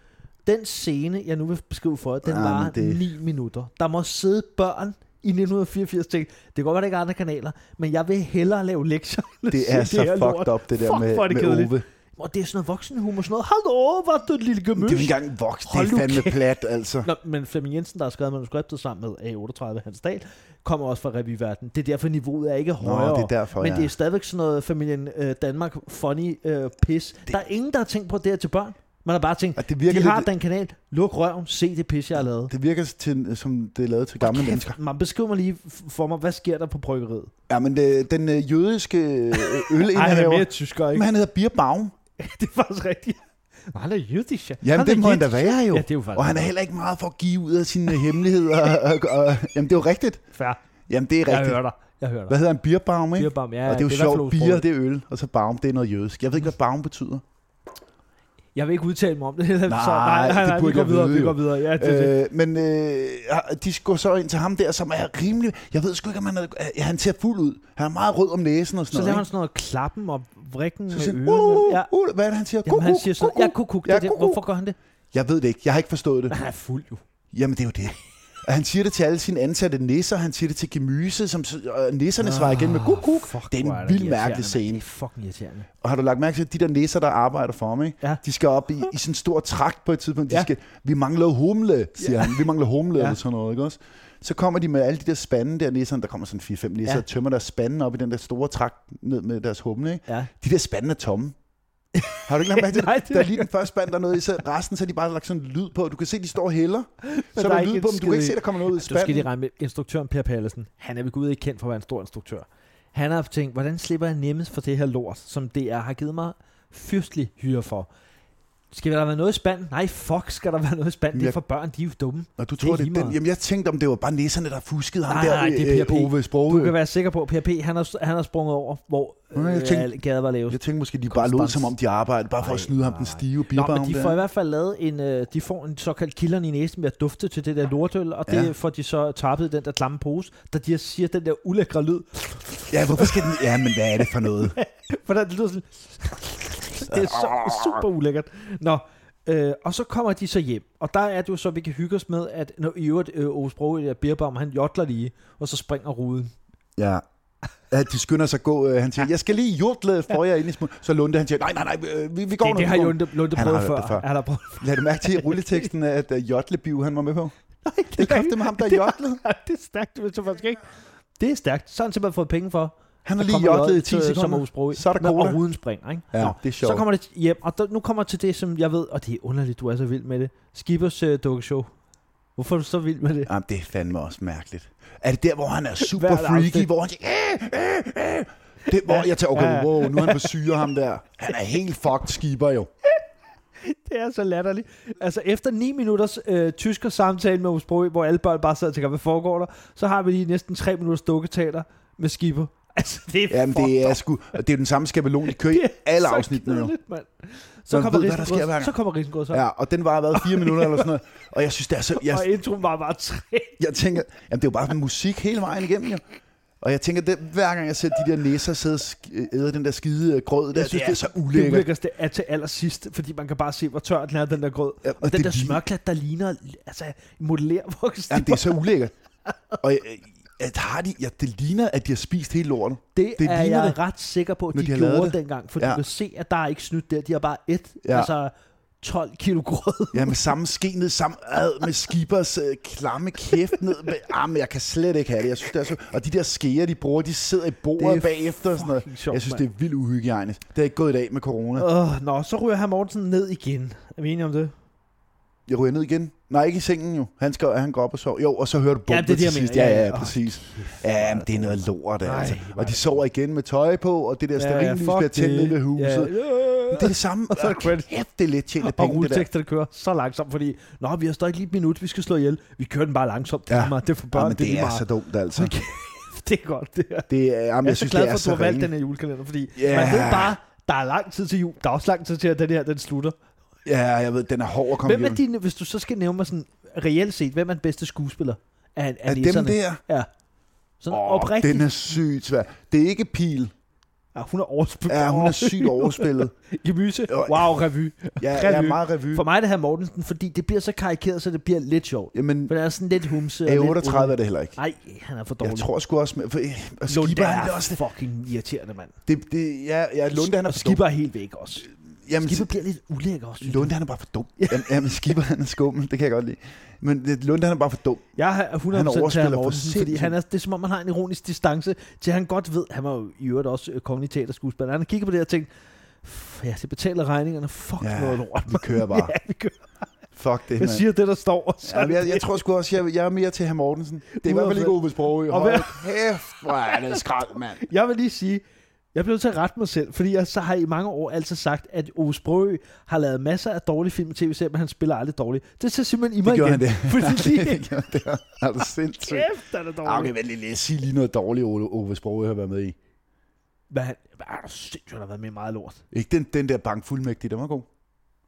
[SPEAKER 1] Den scene, jeg nu vil beskrive for jer, den
[SPEAKER 2] Ja,
[SPEAKER 1] ja,
[SPEAKER 2] men
[SPEAKER 1] var
[SPEAKER 2] det-
[SPEAKER 1] det... 9 minutter. Der må sidde børn i 1984 tænke, det kan godt være, der ikke er andre kanaler, men jeg vil hellere lave lektier. end at
[SPEAKER 2] Det
[SPEAKER 1] se
[SPEAKER 2] er så
[SPEAKER 1] her
[SPEAKER 2] fucked
[SPEAKER 1] lort."
[SPEAKER 2] up, det der
[SPEAKER 1] Fuck,
[SPEAKER 2] med,
[SPEAKER 1] hvor er det
[SPEAKER 2] med
[SPEAKER 1] kedeligt.
[SPEAKER 2] Ove.
[SPEAKER 1] Og det er sådan noget voksenhumor, sådan noget, hallo, var du et lille
[SPEAKER 2] Det er jo
[SPEAKER 1] gemøs?
[SPEAKER 2] ikke engang voksen, det
[SPEAKER 1] Hold nu
[SPEAKER 2] er fandme
[SPEAKER 1] kæft.
[SPEAKER 2] plat, altså.
[SPEAKER 1] Nå, men Flemming Jensen, der har skrevet manuskriptet sammen med A38 Hans Dahl, kommer også fra revyverden. Det er derfor, niveauet er ikke højere.
[SPEAKER 2] det er derfor,
[SPEAKER 1] men
[SPEAKER 2] ja.
[SPEAKER 1] det er stadigvæk sådan noget familien øh, Danmark funny øh, pis. Det... Der er ingen, der har tænkt på det her til børn. Man har bare tænkt,
[SPEAKER 2] Og det
[SPEAKER 1] de
[SPEAKER 2] virker,
[SPEAKER 1] har
[SPEAKER 2] lidt,
[SPEAKER 1] den kanal, luk røven, se det pis, jeg har lavet.
[SPEAKER 2] det virker til, øh, som det er lavet til gamle mennesker.
[SPEAKER 1] Man beskriver mig lige f- for mig, hvad sker der på bryggeriet?
[SPEAKER 2] Ja, men det, den øh, jødiske
[SPEAKER 1] Ej, han
[SPEAKER 2] øh,
[SPEAKER 1] er
[SPEAKER 2] ølindehaver,
[SPEAKER 1] mere tysker,
[SPEAKER 2] men
[SPEAKER 1] ikke?
[SPEAKER 2] han hedder Bier Baum.
[SPEAKER 1] det er faktisk rigtigt. Nå, han er jødisk, ja.
[SPEAKER 2] Jamen,
[SPEAKER 1] Han er
[SPEAKER 2] det må han da
[SPEAKER 1] jødisk.
[SPEAKER 2] være jo.
[SPEAKER 1] Ja, det er jo faktisk
[SPEAKER 2] Og han er heller ikke meget for at give ud af sine hemmeligheder. og, og, jamen, det er jo rigtigt.
[SPEAKER 1] fair.
[SPEAKER 2] Jamen, det er
[SPEAKER 1] Jeg
[SPEAKER 2] rigtigt.
[SPEAKER 1] hører dig. Jeg hører dig.
[SPEAKER 2] Hvad hedder en bierbaum, ikke?
[SPEAKER 1] Bierbaum, ja,
[SPEAKER 2] og det er jo
[SPEAKER 1] i hvert fald
[SPEAKER 2] sjovt.
[SPEAKER 1] ordsproget.
[SPEAKER 2] Bier, det er øl, og så baum, det er noget jødisk. Jeg ved ikke, hvad baum betyder.
[SPEAKER 1] Jeg vil ikke udtale mig om det. Nej, så,
[SPEAKER 2] Nej,
[SPEAKER 1] nej, nej,
[SPEAKER 2] det
[SPEAKER 1] nej,
[SPEAKER 2] burde
[SPEAKER 1] vi går
[SPEAKER 2] jeg
[SPEAKER 1] videre,
[SPEAKER 2] vide,
[SPEAKER 1] vi går
[SPEAKER 2] jo.
[SPEAKER 1] videre. Ja, det, er det.
[SPEAKER 2] Øh, men øh, de går så ind til ham der, som er rimelig... Jeg ved sgu ikke, om han, er, ja, han ser fuld ud. Han er meget rød om næsen og sådan
[SPEAKER 1] Så laver
[SPEAKER 2] noget.
[SPEAKER 1] han sådan noget klappen og vrikken
[SPEAKER 2] ikke?
[SPEAKER 1] med
[SPEAKER 2] så siger, han,
[SPEAKER 1] ørerne.
[SPEAKER 2] uh,
[SPEAKER 1] ja.
[SPEAKER 2] uh, uh, hvad er det, han siger?
[SPEAKER 1] Jamen,
[SPEAKER 2] Kuk,
[SPEAKER 1] han
[SPEAKER 2] kuk,
[SPEAKER 1] siger sådan,
[SPEAKER 2] kuk,
[SPEAKER 1] ja,
[SPEAKER 2] kuk.
[SPEAKER 1] kuk, kuk,
[SPEAKER 2] Ja,
[SPEAKER 1] det er det.
[SPEAKER 2] kuk, kuk.
[SPEAKER 1] Hvorfor gør han det?
[SPEAKER 2] Jeg ved det ikke. Jeg har ikke forstået det.
[SPEAKER 1] Han er fuld jo.
[SPEAKER 2] Jamen, det er jo det. Og han siger det til alle sine ansatte nisser. Han siger det til Gemyse, som s- og nisserne
[SPEAKER 1] Ah.
[SPEAKER 2] svarer igen med kuk, kuk.
[SPEAKER 1] Fuck,
[SPEAKER 2] Det er en
[SPEAKER 1] hvor det
[SPEAKER 2] vild
[SPEAKER 1] irriterende,
[SPEAKER 2] mærkelig
[SPEAKER 1] mand.
[SPEAKER 2] scene.
[SPEAKER 1] Det er fucking irriterende.
[SPEAKER 2] Og har du lagt mærke til, at de der nisser, der arbejder for ham, ikke?
[SPEAKER 1] Ja.
[SPEAKER 2] de skal op i, i sådan en stor trakt på et tidspunkt. De ja.
[SPEAKER 1] Ja.
[SPEAKER 2] skal, vi mangler humle, siger ja. han. Vi mangler humle ja.
[SPEAKER 1] Ja.
[SPEAKER 2] eller sådan noget, ikke også? Så kommer de med alle de der spande der nisserne, der kommer sådan 4-5 nisser, ja.
[SPEAKER 1] Ja.
[SPEAKER 2] og tømmer deres spande op i den der store trakt ned med deres humle, ikke?
[SPEAKER 1] Ja.
[SPEAKER 2] De der spande er tomme. Har du ikke lagt mærke til
[SPEAKER 1] Nej,
[SPEAKER 2] det?
[SPEAKER 1] det
[SPEAKER 2] Der er
[SPEAKER 1] har
[SPEAKER 2] lige den første spand, der er noget i, så resten så har de bare lagt sådan en lyd på. Du kan se, de står og hælder. Så
[SPEAKER 1] der
[SPEAKER 2] er
[SPEAKER 1] er
[SPEAKER 2] der
[SPEAKER 1] ikke
[SPEAKER 2] lyd
[SPEAKER 1] en
[SPEAKER 2] på dem. Du kan
[SPEAKER 1] skid
[SPEAKER 2] ikke se,
[SPEAKER 1] i.
[SPEAKER 2] der kommer noget ud i
[SPEAKER 1] Du skal
[SPEAKER 2] spanden.
[SPEAKER 1] lige regne med instruktøren Per Pallesen. Han er ved Gud ikke kendt for at være en stor instruktør. Han har tænkt, hvordan slipper jeg nemmest for det her lort, som DR har givet mig fyrstlig hyre for. Skal der være noget i spand? Nej, fuck, skal der være noget i spand? Det
[SPEAKER 2] Jeg-
[SPEAKER 1] er for børn, de er jo dumme.
[SPEAKER 2] Og du
[SPEAKER 1] Det er
[SPEAKER 2] tror, det er
[SPEAKER 1] lige
[SPEAKER 2] den.
[SPEAKER 1] meget.
[SPEAKER 2] Jamen, jeg tænkte, om det var bare nisserne, der fuskede ham
[SPEAKER 1] Nej,
[SPEAKER 2] der.
[SPEAKER 1] nej, det er
[SPEAKER 2] øh,
[SPEAKER 1] PRP.
[SPEAKER 2] Ove Sprogøe.
[SPEAKER 1] Du kan være sikker på, at PHP, han har, han har sprunget over, hvor
[SPEAKER 2] Nå, jeg
[SPEAKER 1] øh,
[SPEAKER 2] tænkte-
[SPEAKER 1] gaden var lavest.
[SPEAKER 2] Jeg tænkte måske, de bare lod
[SPEAKER 1] Konstans.
[SPEAKER 2] som om, de arbejdede, bare for at
[SPEAKER 1] Ej,
[SPEAKER 2] snyde ham den
[SPEAKER 1] nej.
[SPEAKER 2] stive
[SPEAKER 1] Nå,
[SPEAKER 2] bierbaum
[SPEAKER 1] men de får i
[SPEAKER 2] der.
[SPEAKER 1] hvert fald lavet en, øh, de får en såkaldt kilderen i næsen ved at dufte til det der lortøl, og det
[SPEAKER 2] Ja.
[SPEAKER 1] ja. får de så tappet i den der klamme pose, da de siger den der ulækre lyd.
[SPEAKER 2] Ja, hvorfor skal den... Ja, men hvad er det for noget?
[SPEAKER 1] For det lyder sådan, det er så, super ulækkert. Nå, øh, og så kommer de så hjem, og der er det jo så, vi kan hygge os med, at når i øvrigt øh, Ove Sprogøe, der Birbaum, han jotler lige, og så springer ruden.
[SPEAKER 2] Ja. Ja, de skynder sig at gå. øh, Han siger, jeg skal lige jordle for jer ind i smule. Så Lunde, han siger, nej, nej, nej, øh, vi, vi går
[SPEAKER 1] Det,
[SPEAKER 2] nu,
[SPEAKER 1] det
[SPEAKER 2] vi
[SPEAKER 1] har
[SPEAKER 2] går nu."
[SPEAKER 1] Lunde, Lunde
[SPEAKER 2] Han har
[SPEAKER 1] prøvet
[SPEAKER 2] hørt
[SPEAKER 1] før.
[SPEAKER 2] det før.
[SPEAKER 1] Han har prøvet
[SPEAKER 2] Lad du mærke til i rulleteksten, at øh, Jotlebiv, han var med på?
[SPEAKER 1] Nej,
[SPEAKER 2] Det er kraftigt med ham, der
[SPEAKER 1] det er-
[SPEAKER 2] jotlede.
[SPEAKER 1] det er stærkt, det vidste jeg faktisk ikke. Det er stærkt. Så har han simpelthen fået penge for.
[SPEAKER 2] Han har
[SPEAKER 1] at
[SPEAKER 2] lige
[SPEAKER 1] komme i
[SPEAKER 2] jottet i
[SPEAKER 1] øjet
[SPEAKER 2] 10
[SPEAKER 1] til
[SPEAKER 2] sekunder.
[SPEAKER 1] Sommerhusbro.
[SPEAKER 2] Så er der
[SPEAKER 1] Nå,
[SPEAKER 2] cola.
[SPEAKER 1] Og uden spring, ikke?
[SPEAKER 2] Ja,
[SPEAKER 1] øh, Nå.
[SPEAKER 2] det er sjovt.
[SPEAKER 1] Så kommer det hjem, og der, nu kommer det til det, som jeg ved, og det er underligt, du er så vild med det. Skibers øh, dukkeshow. Hvorfor er du så vild med det?
[SPEAKER 2] Jamen, det er fandme også mærkeligt. Er det der, hvor han er super
[SPEAKER 1] Hvert
[SPEAKER 2] freaky,
[SPEAKER 1] afsnit.
[SPEAKER 2] hvor han siger, "Æh, æh, æh." det, hvor jeg tager, okay,
[SPEAKER 1] Ja.
[SPEAKER 2] wow, nu er han på syre, ham der. Han er helt fucked skipper jo.
[SPEAKER 1] Det er så latterligt. Altså efter 9 minutters øh, tysker samtale med Osbro, hvor alle børn bare sidder og tænker, hvad foregår der? Så har vi lige næsten 3 minutters dukketaler med skipper. Altså det er
[SPEAKER 2] Jamen,
[SPEAKER 1] fucked
[SPEAKER 2] det er
[SPEAKER 1] up.
[SPEAKER 2] sgu, og det er jo den samme skabelon, de kører i
[SPEAKER 1] Det er
[SPEAKER 2] alle
[SPEAKER 1] så
[SPEAKER 2] afsnittene jo.
[SPEAKER 1] kedeligt, mand. Så
[SPEAKER 2] Man
[SPEAKER 1] kommer,
[SPEAKER 2] ved, hvad der sker hver
[SPEAKER 1] risengrød,
[SPEAKER 2] gang.
[SPEAKER 1] så kommer risengrød så.
[SPEAKER 2] Ja, og den var været fire minutter eller sådan noget. Og jeg synes, det er så... Jeg,
[SPEAKER 1] Og introen var bare tre.
[SPEAKER 2] jeg tænker, jamen det er jo bare musik hele vejen igennem, jo. Og jeg tænker, det, hver gang jeg ser de der næser sidde og sk- æde den der skide øh, grød, der, jeg synes, det, er så
[SPEAKER 1] Det
[SPEAKER 2] ulækkert.
[SPEAKER 1] ulækkerste er til allersidst, fordi man kan bare se, hvor tør den er, den der grød.
[SPEAKER 2] Ja,
[SPEAKER 1] Ja,
[SPEAKER 2] og
[SPEAKER 1] og den
[SPEAKER 2] det
[SPEAKER 1] der
[SPEAKER 2] ligner-
[SPEAKER 1] smørklat, der ligner, altså modellervoksen.
[SPEAKER 2] Jamen, det er så ulækkert. Og jeg, at har de, ja, det ligner, at de har spist hele lorten.
[SPEAKER 1] Det,
[SPEAKER 2] det
[SPEAKER 1] det er
[SPEAKER 2] ligner
[SPEAKER 1] jeg
[SPEAKER 2] det.
[SPEAKER 1] det. ret sikker på, at
[SPEAKER 2] Når
[SPEAKER 1] de,
[SPEAKER 2] de har
[SPEAKER 1] de
[SPEAKER 2] lavet
[SPEAKER 1] gjorde
[SPEAKER 2] det.
[SPEAKER 1] det. dengang, for
[SPEAKER 2] Ja.
[SPEAKER 1] ja. du kan se, at der er ikke snydt der. De har bare et,
[SPEAKER 2] Ja.
[SPEAKER 1] ja. altså 12 kilo grød.
[SPEAKER 2] Ja, med samme ske ned, samme ad, med skibers øh, klamme kæft ned. Med, ah, men jeg kan slet ikke have det. Jeg synes, det er så, og de der skeer, de bruger, de sidder i bordet
[SPEAKER 1] Det er
[SPEAKER 2] bagefter og sådan noget.
[SPEAKER 1] fucking sjovt,
[SPEAKER 2] jeg synes,
[SPEAKER 1] mand.
[SPEAKER 2] det er vildt uhygiejnisk. Det er ikke gået i dag med corona.
[SPEAKER 1] Uh, nå, så ryger herr Mortensen ned igen. Er vi enige om det?
[SPEAKER 2] Jeg ryger ned igen. Nej, ikke i sengen jo. Han, skal, han går op og sover. Jo, og så hører du bombe
[SPEAKER 1] Ja,
[SPEAKER 2] ja,
[SPEAKER 1] det er
[SPEAKER 2] det
[SPEAKER 1] det,
[SPEAKER 2] til
[SPEAKER 1] jeg
[SPEAKER 2] sidst.
[SPEAKER 1] mener.
[SPEAKER 2] Ja,
[SPEAKER 1] Ja,
[SPEAKER 2] ja,
[SPEAKER 1] ja.
[SPEAKER 2] ja, præcis. Ja, men det er noget lort,
[SPEAKER 1] Nej,
[SPEAKER 2] altså.
[SPEAKER 1] hvor er
[SPEAKER 2] Og de
[SPEAKER 1] det
[SPEAKER 2] sover igen med tøj på, og det der stearinlys bliver tændt ned ved huset.
[SPEAKER 1] Ja.
[SPEAKER 2] Det er
[SPEAKER 1] Øh.
[SPEAKER 2] det samme.
[SPEAKER 1] Og så er der credits.
[SPEAKER 2] Kæft, det er lidt tjent
[SPEAKER 1] Og
[SPEAKER 2] penge, det der.
[SPEAKER 1] rulletekster, der kører så langsomt, fordi Nå, vi har stadig lige et minut, vi skal slå ihjel. Vi kører den bare langsomt. Det
[SPEAKER 2] Ja.
[SPEAKER 1] er, meget- det er for børn,
[SPEAKER 2] Ja, men
[SPEAKER 1] det er,
[SPEAKER 2] det
[SPEAKER 1] lige
[SPEAKER 2] er
[SPEAKER 1] meget.
[SPEAKER 2] så dumt, altså.
[SPEAKER 1] Hold kæft, det er godt, det her.
[SPEAKER 2] Det er, jamen,
[SPEAKER 1] Jeg er
[SPEAKER 2] jeg
[SPEAKER 1] så
[SPEAKER 2] synes,
[SPEAKER 1] glad for,
[SPEAKER 2] det er
[SPEAKER 1] at du
[SPEAKER 2] så
[SPEAKER 1] har valgt den
[SPEAKER 2] ringe.
[SPEAKER 1] her julekalender, fordi
[SPEAKER 2] Ja.
[SPEAKER 1] yeah. man ved bare, der er lang tid til jul. Der er også lang tid til, at den her den slutter.
[SPEAKER 2] Ja, jeg ved, den er hård at komme
[SPEAKER 1] Hvem
[SPEAKER 2] igennem.
[SPEAKER 1] er dine, hvis du så skal nævne mig sådan, reelt set, hvem er den bedste skuespiller af, af
[SPEAKER 2] Er dem
[SPEAKER 1] næserne?
[SPEAKER 2] der?
[SPEAKER 1] Ja. Sådan oh,
[SPEAKER 2] Åh,
[SPEAKER 1] oprigtigt.
[SPEAKER 2] den er sygt svær. Det er ikke Pil.
[SPEAKER 1] Ja, hun er overspillet.
[SPEAKER 2] Ja, hun er sygt overspillet.
[SPEAKER 1] Gemyse.
[SPEAKER 2] Jo.
[SPEAKER 1] Wow, revy.
[SPEAKER 2] Ja,
[SPEAKER 1] Revy.
[SPEAKER 2] jeg er meget revy.
[SPEAKER 1] For mig er det her Mortensen, fordi det bliver så karikeret, så det bliver lidt sjovt.
[SPEAKER 2] Jamen,
[SPEAKER 1] For der er sådan lidt humse. og lidt
[SPEAKER 2] A38 er
[SPEAKER 1] underligt.
[SPEAKER 2] det heller ikke.
[SPEAKER 1] Nej, han er for dårlig.
[SPEAKER 2] Jeg tror sgu også... Med, for, øh, og
[SPEAKER 1] Lunde
[SPEAKER 2] Skipper, han er
[SPEAKER 1] er
[SPEAKER 2] også...
[SPEAKER 1] fucking irriterende, mand.
[SPEAKER 2] Det, det, ja, ja, Lunde, han er
[SPEAKER 1] og
[SPEAKER 2] for
[SPEAKER 1] Skipper er helt væk også.
[SPEAKER 2] dum. Jamen,
[SPEAKER 1] Skipper bliver lidt ulækker også. synes jeg.
[SPEAKER 2] Lunde, han er bare for dum. Jamen, jamen Skipper, han er skummel. Det kan jeg godt lide. Men det- Lunde, han er bare for dum.
[SPEAKER 1] Jeg er 100%
[SPEAKER 2] Han
[SPEAKER 1] til
[SPEAKER 2] overspiller
[SPEAKER 1] Herre
[SPEAKER 2] for
[SPEAKER 1] Mortensen, fordi
[SPEAKER 2] sindssygt.
[SPEAKER 1] han er, det er som om, man har en ironisk distance til, at han godt ved, han var jo i øvrigt også øh, kongelig teaterskuespiller, han har kigget på det her og tænkt, "F- ja, det betaler regningerne, fuck
[SPEAKER 2] Ja,
[SPEAKER 1] ja, noget lort.
[SPEAKER 2] Vi kører bare.
[SPEAKER 1] Ja, vi kører.
[SPEAKER 2] Fuck det,
[SPEAKER 1] Jeg
[SPEAKER 2] mand.
[SPEAKER 1] siger det, der står, og så
[SPEAKER 2] Ja, men
[SPEAKER 1] ja,
[SPEAKER 2] jeg, jeg tror sgu også, jeg, jeg er mere til herr Mortensen. Det er i hvert fald ikke Ove Sprogø.
[SPEAKER 1] Og
[SPEAKER 2] Hold
[SPEAKER 1] hvad-
[SPEAKER 2] kæft, hvor er det skrald, mand.
[SPEAKER 1] jeg vil lige sige, jeg blev til at rette mig selv, fordi jeg så har i mange år altid sagt, at Ove Sprogø har lavet masser af dårlige film og tv-serier, men han spiller aldrig dårligt. Det ser simpelthen i mig
[SPEAKER 2] gjorde
[SPEAKER 1] igen.
[SPEAKER 2] han det.
[SPEAKER 1] Fordi det
[SPEAKER 2] Ja, det er, er du sindssygt.
[SPEAKER 1] kæft, han er det
[SPEAKER 2] Ah, okay,
[SPEAKER 1] dårligt.
[SPEAKER 2] vent lige, lad os sige lige noget dårligt, Ole Ove Sprogø har været med i.
[SPEAKER 1] Men han, hvad er du sindssygt, han har været med i meget lort.
[SPEAKER 2] Ikke den, den der bankfuldmægtige, den var god.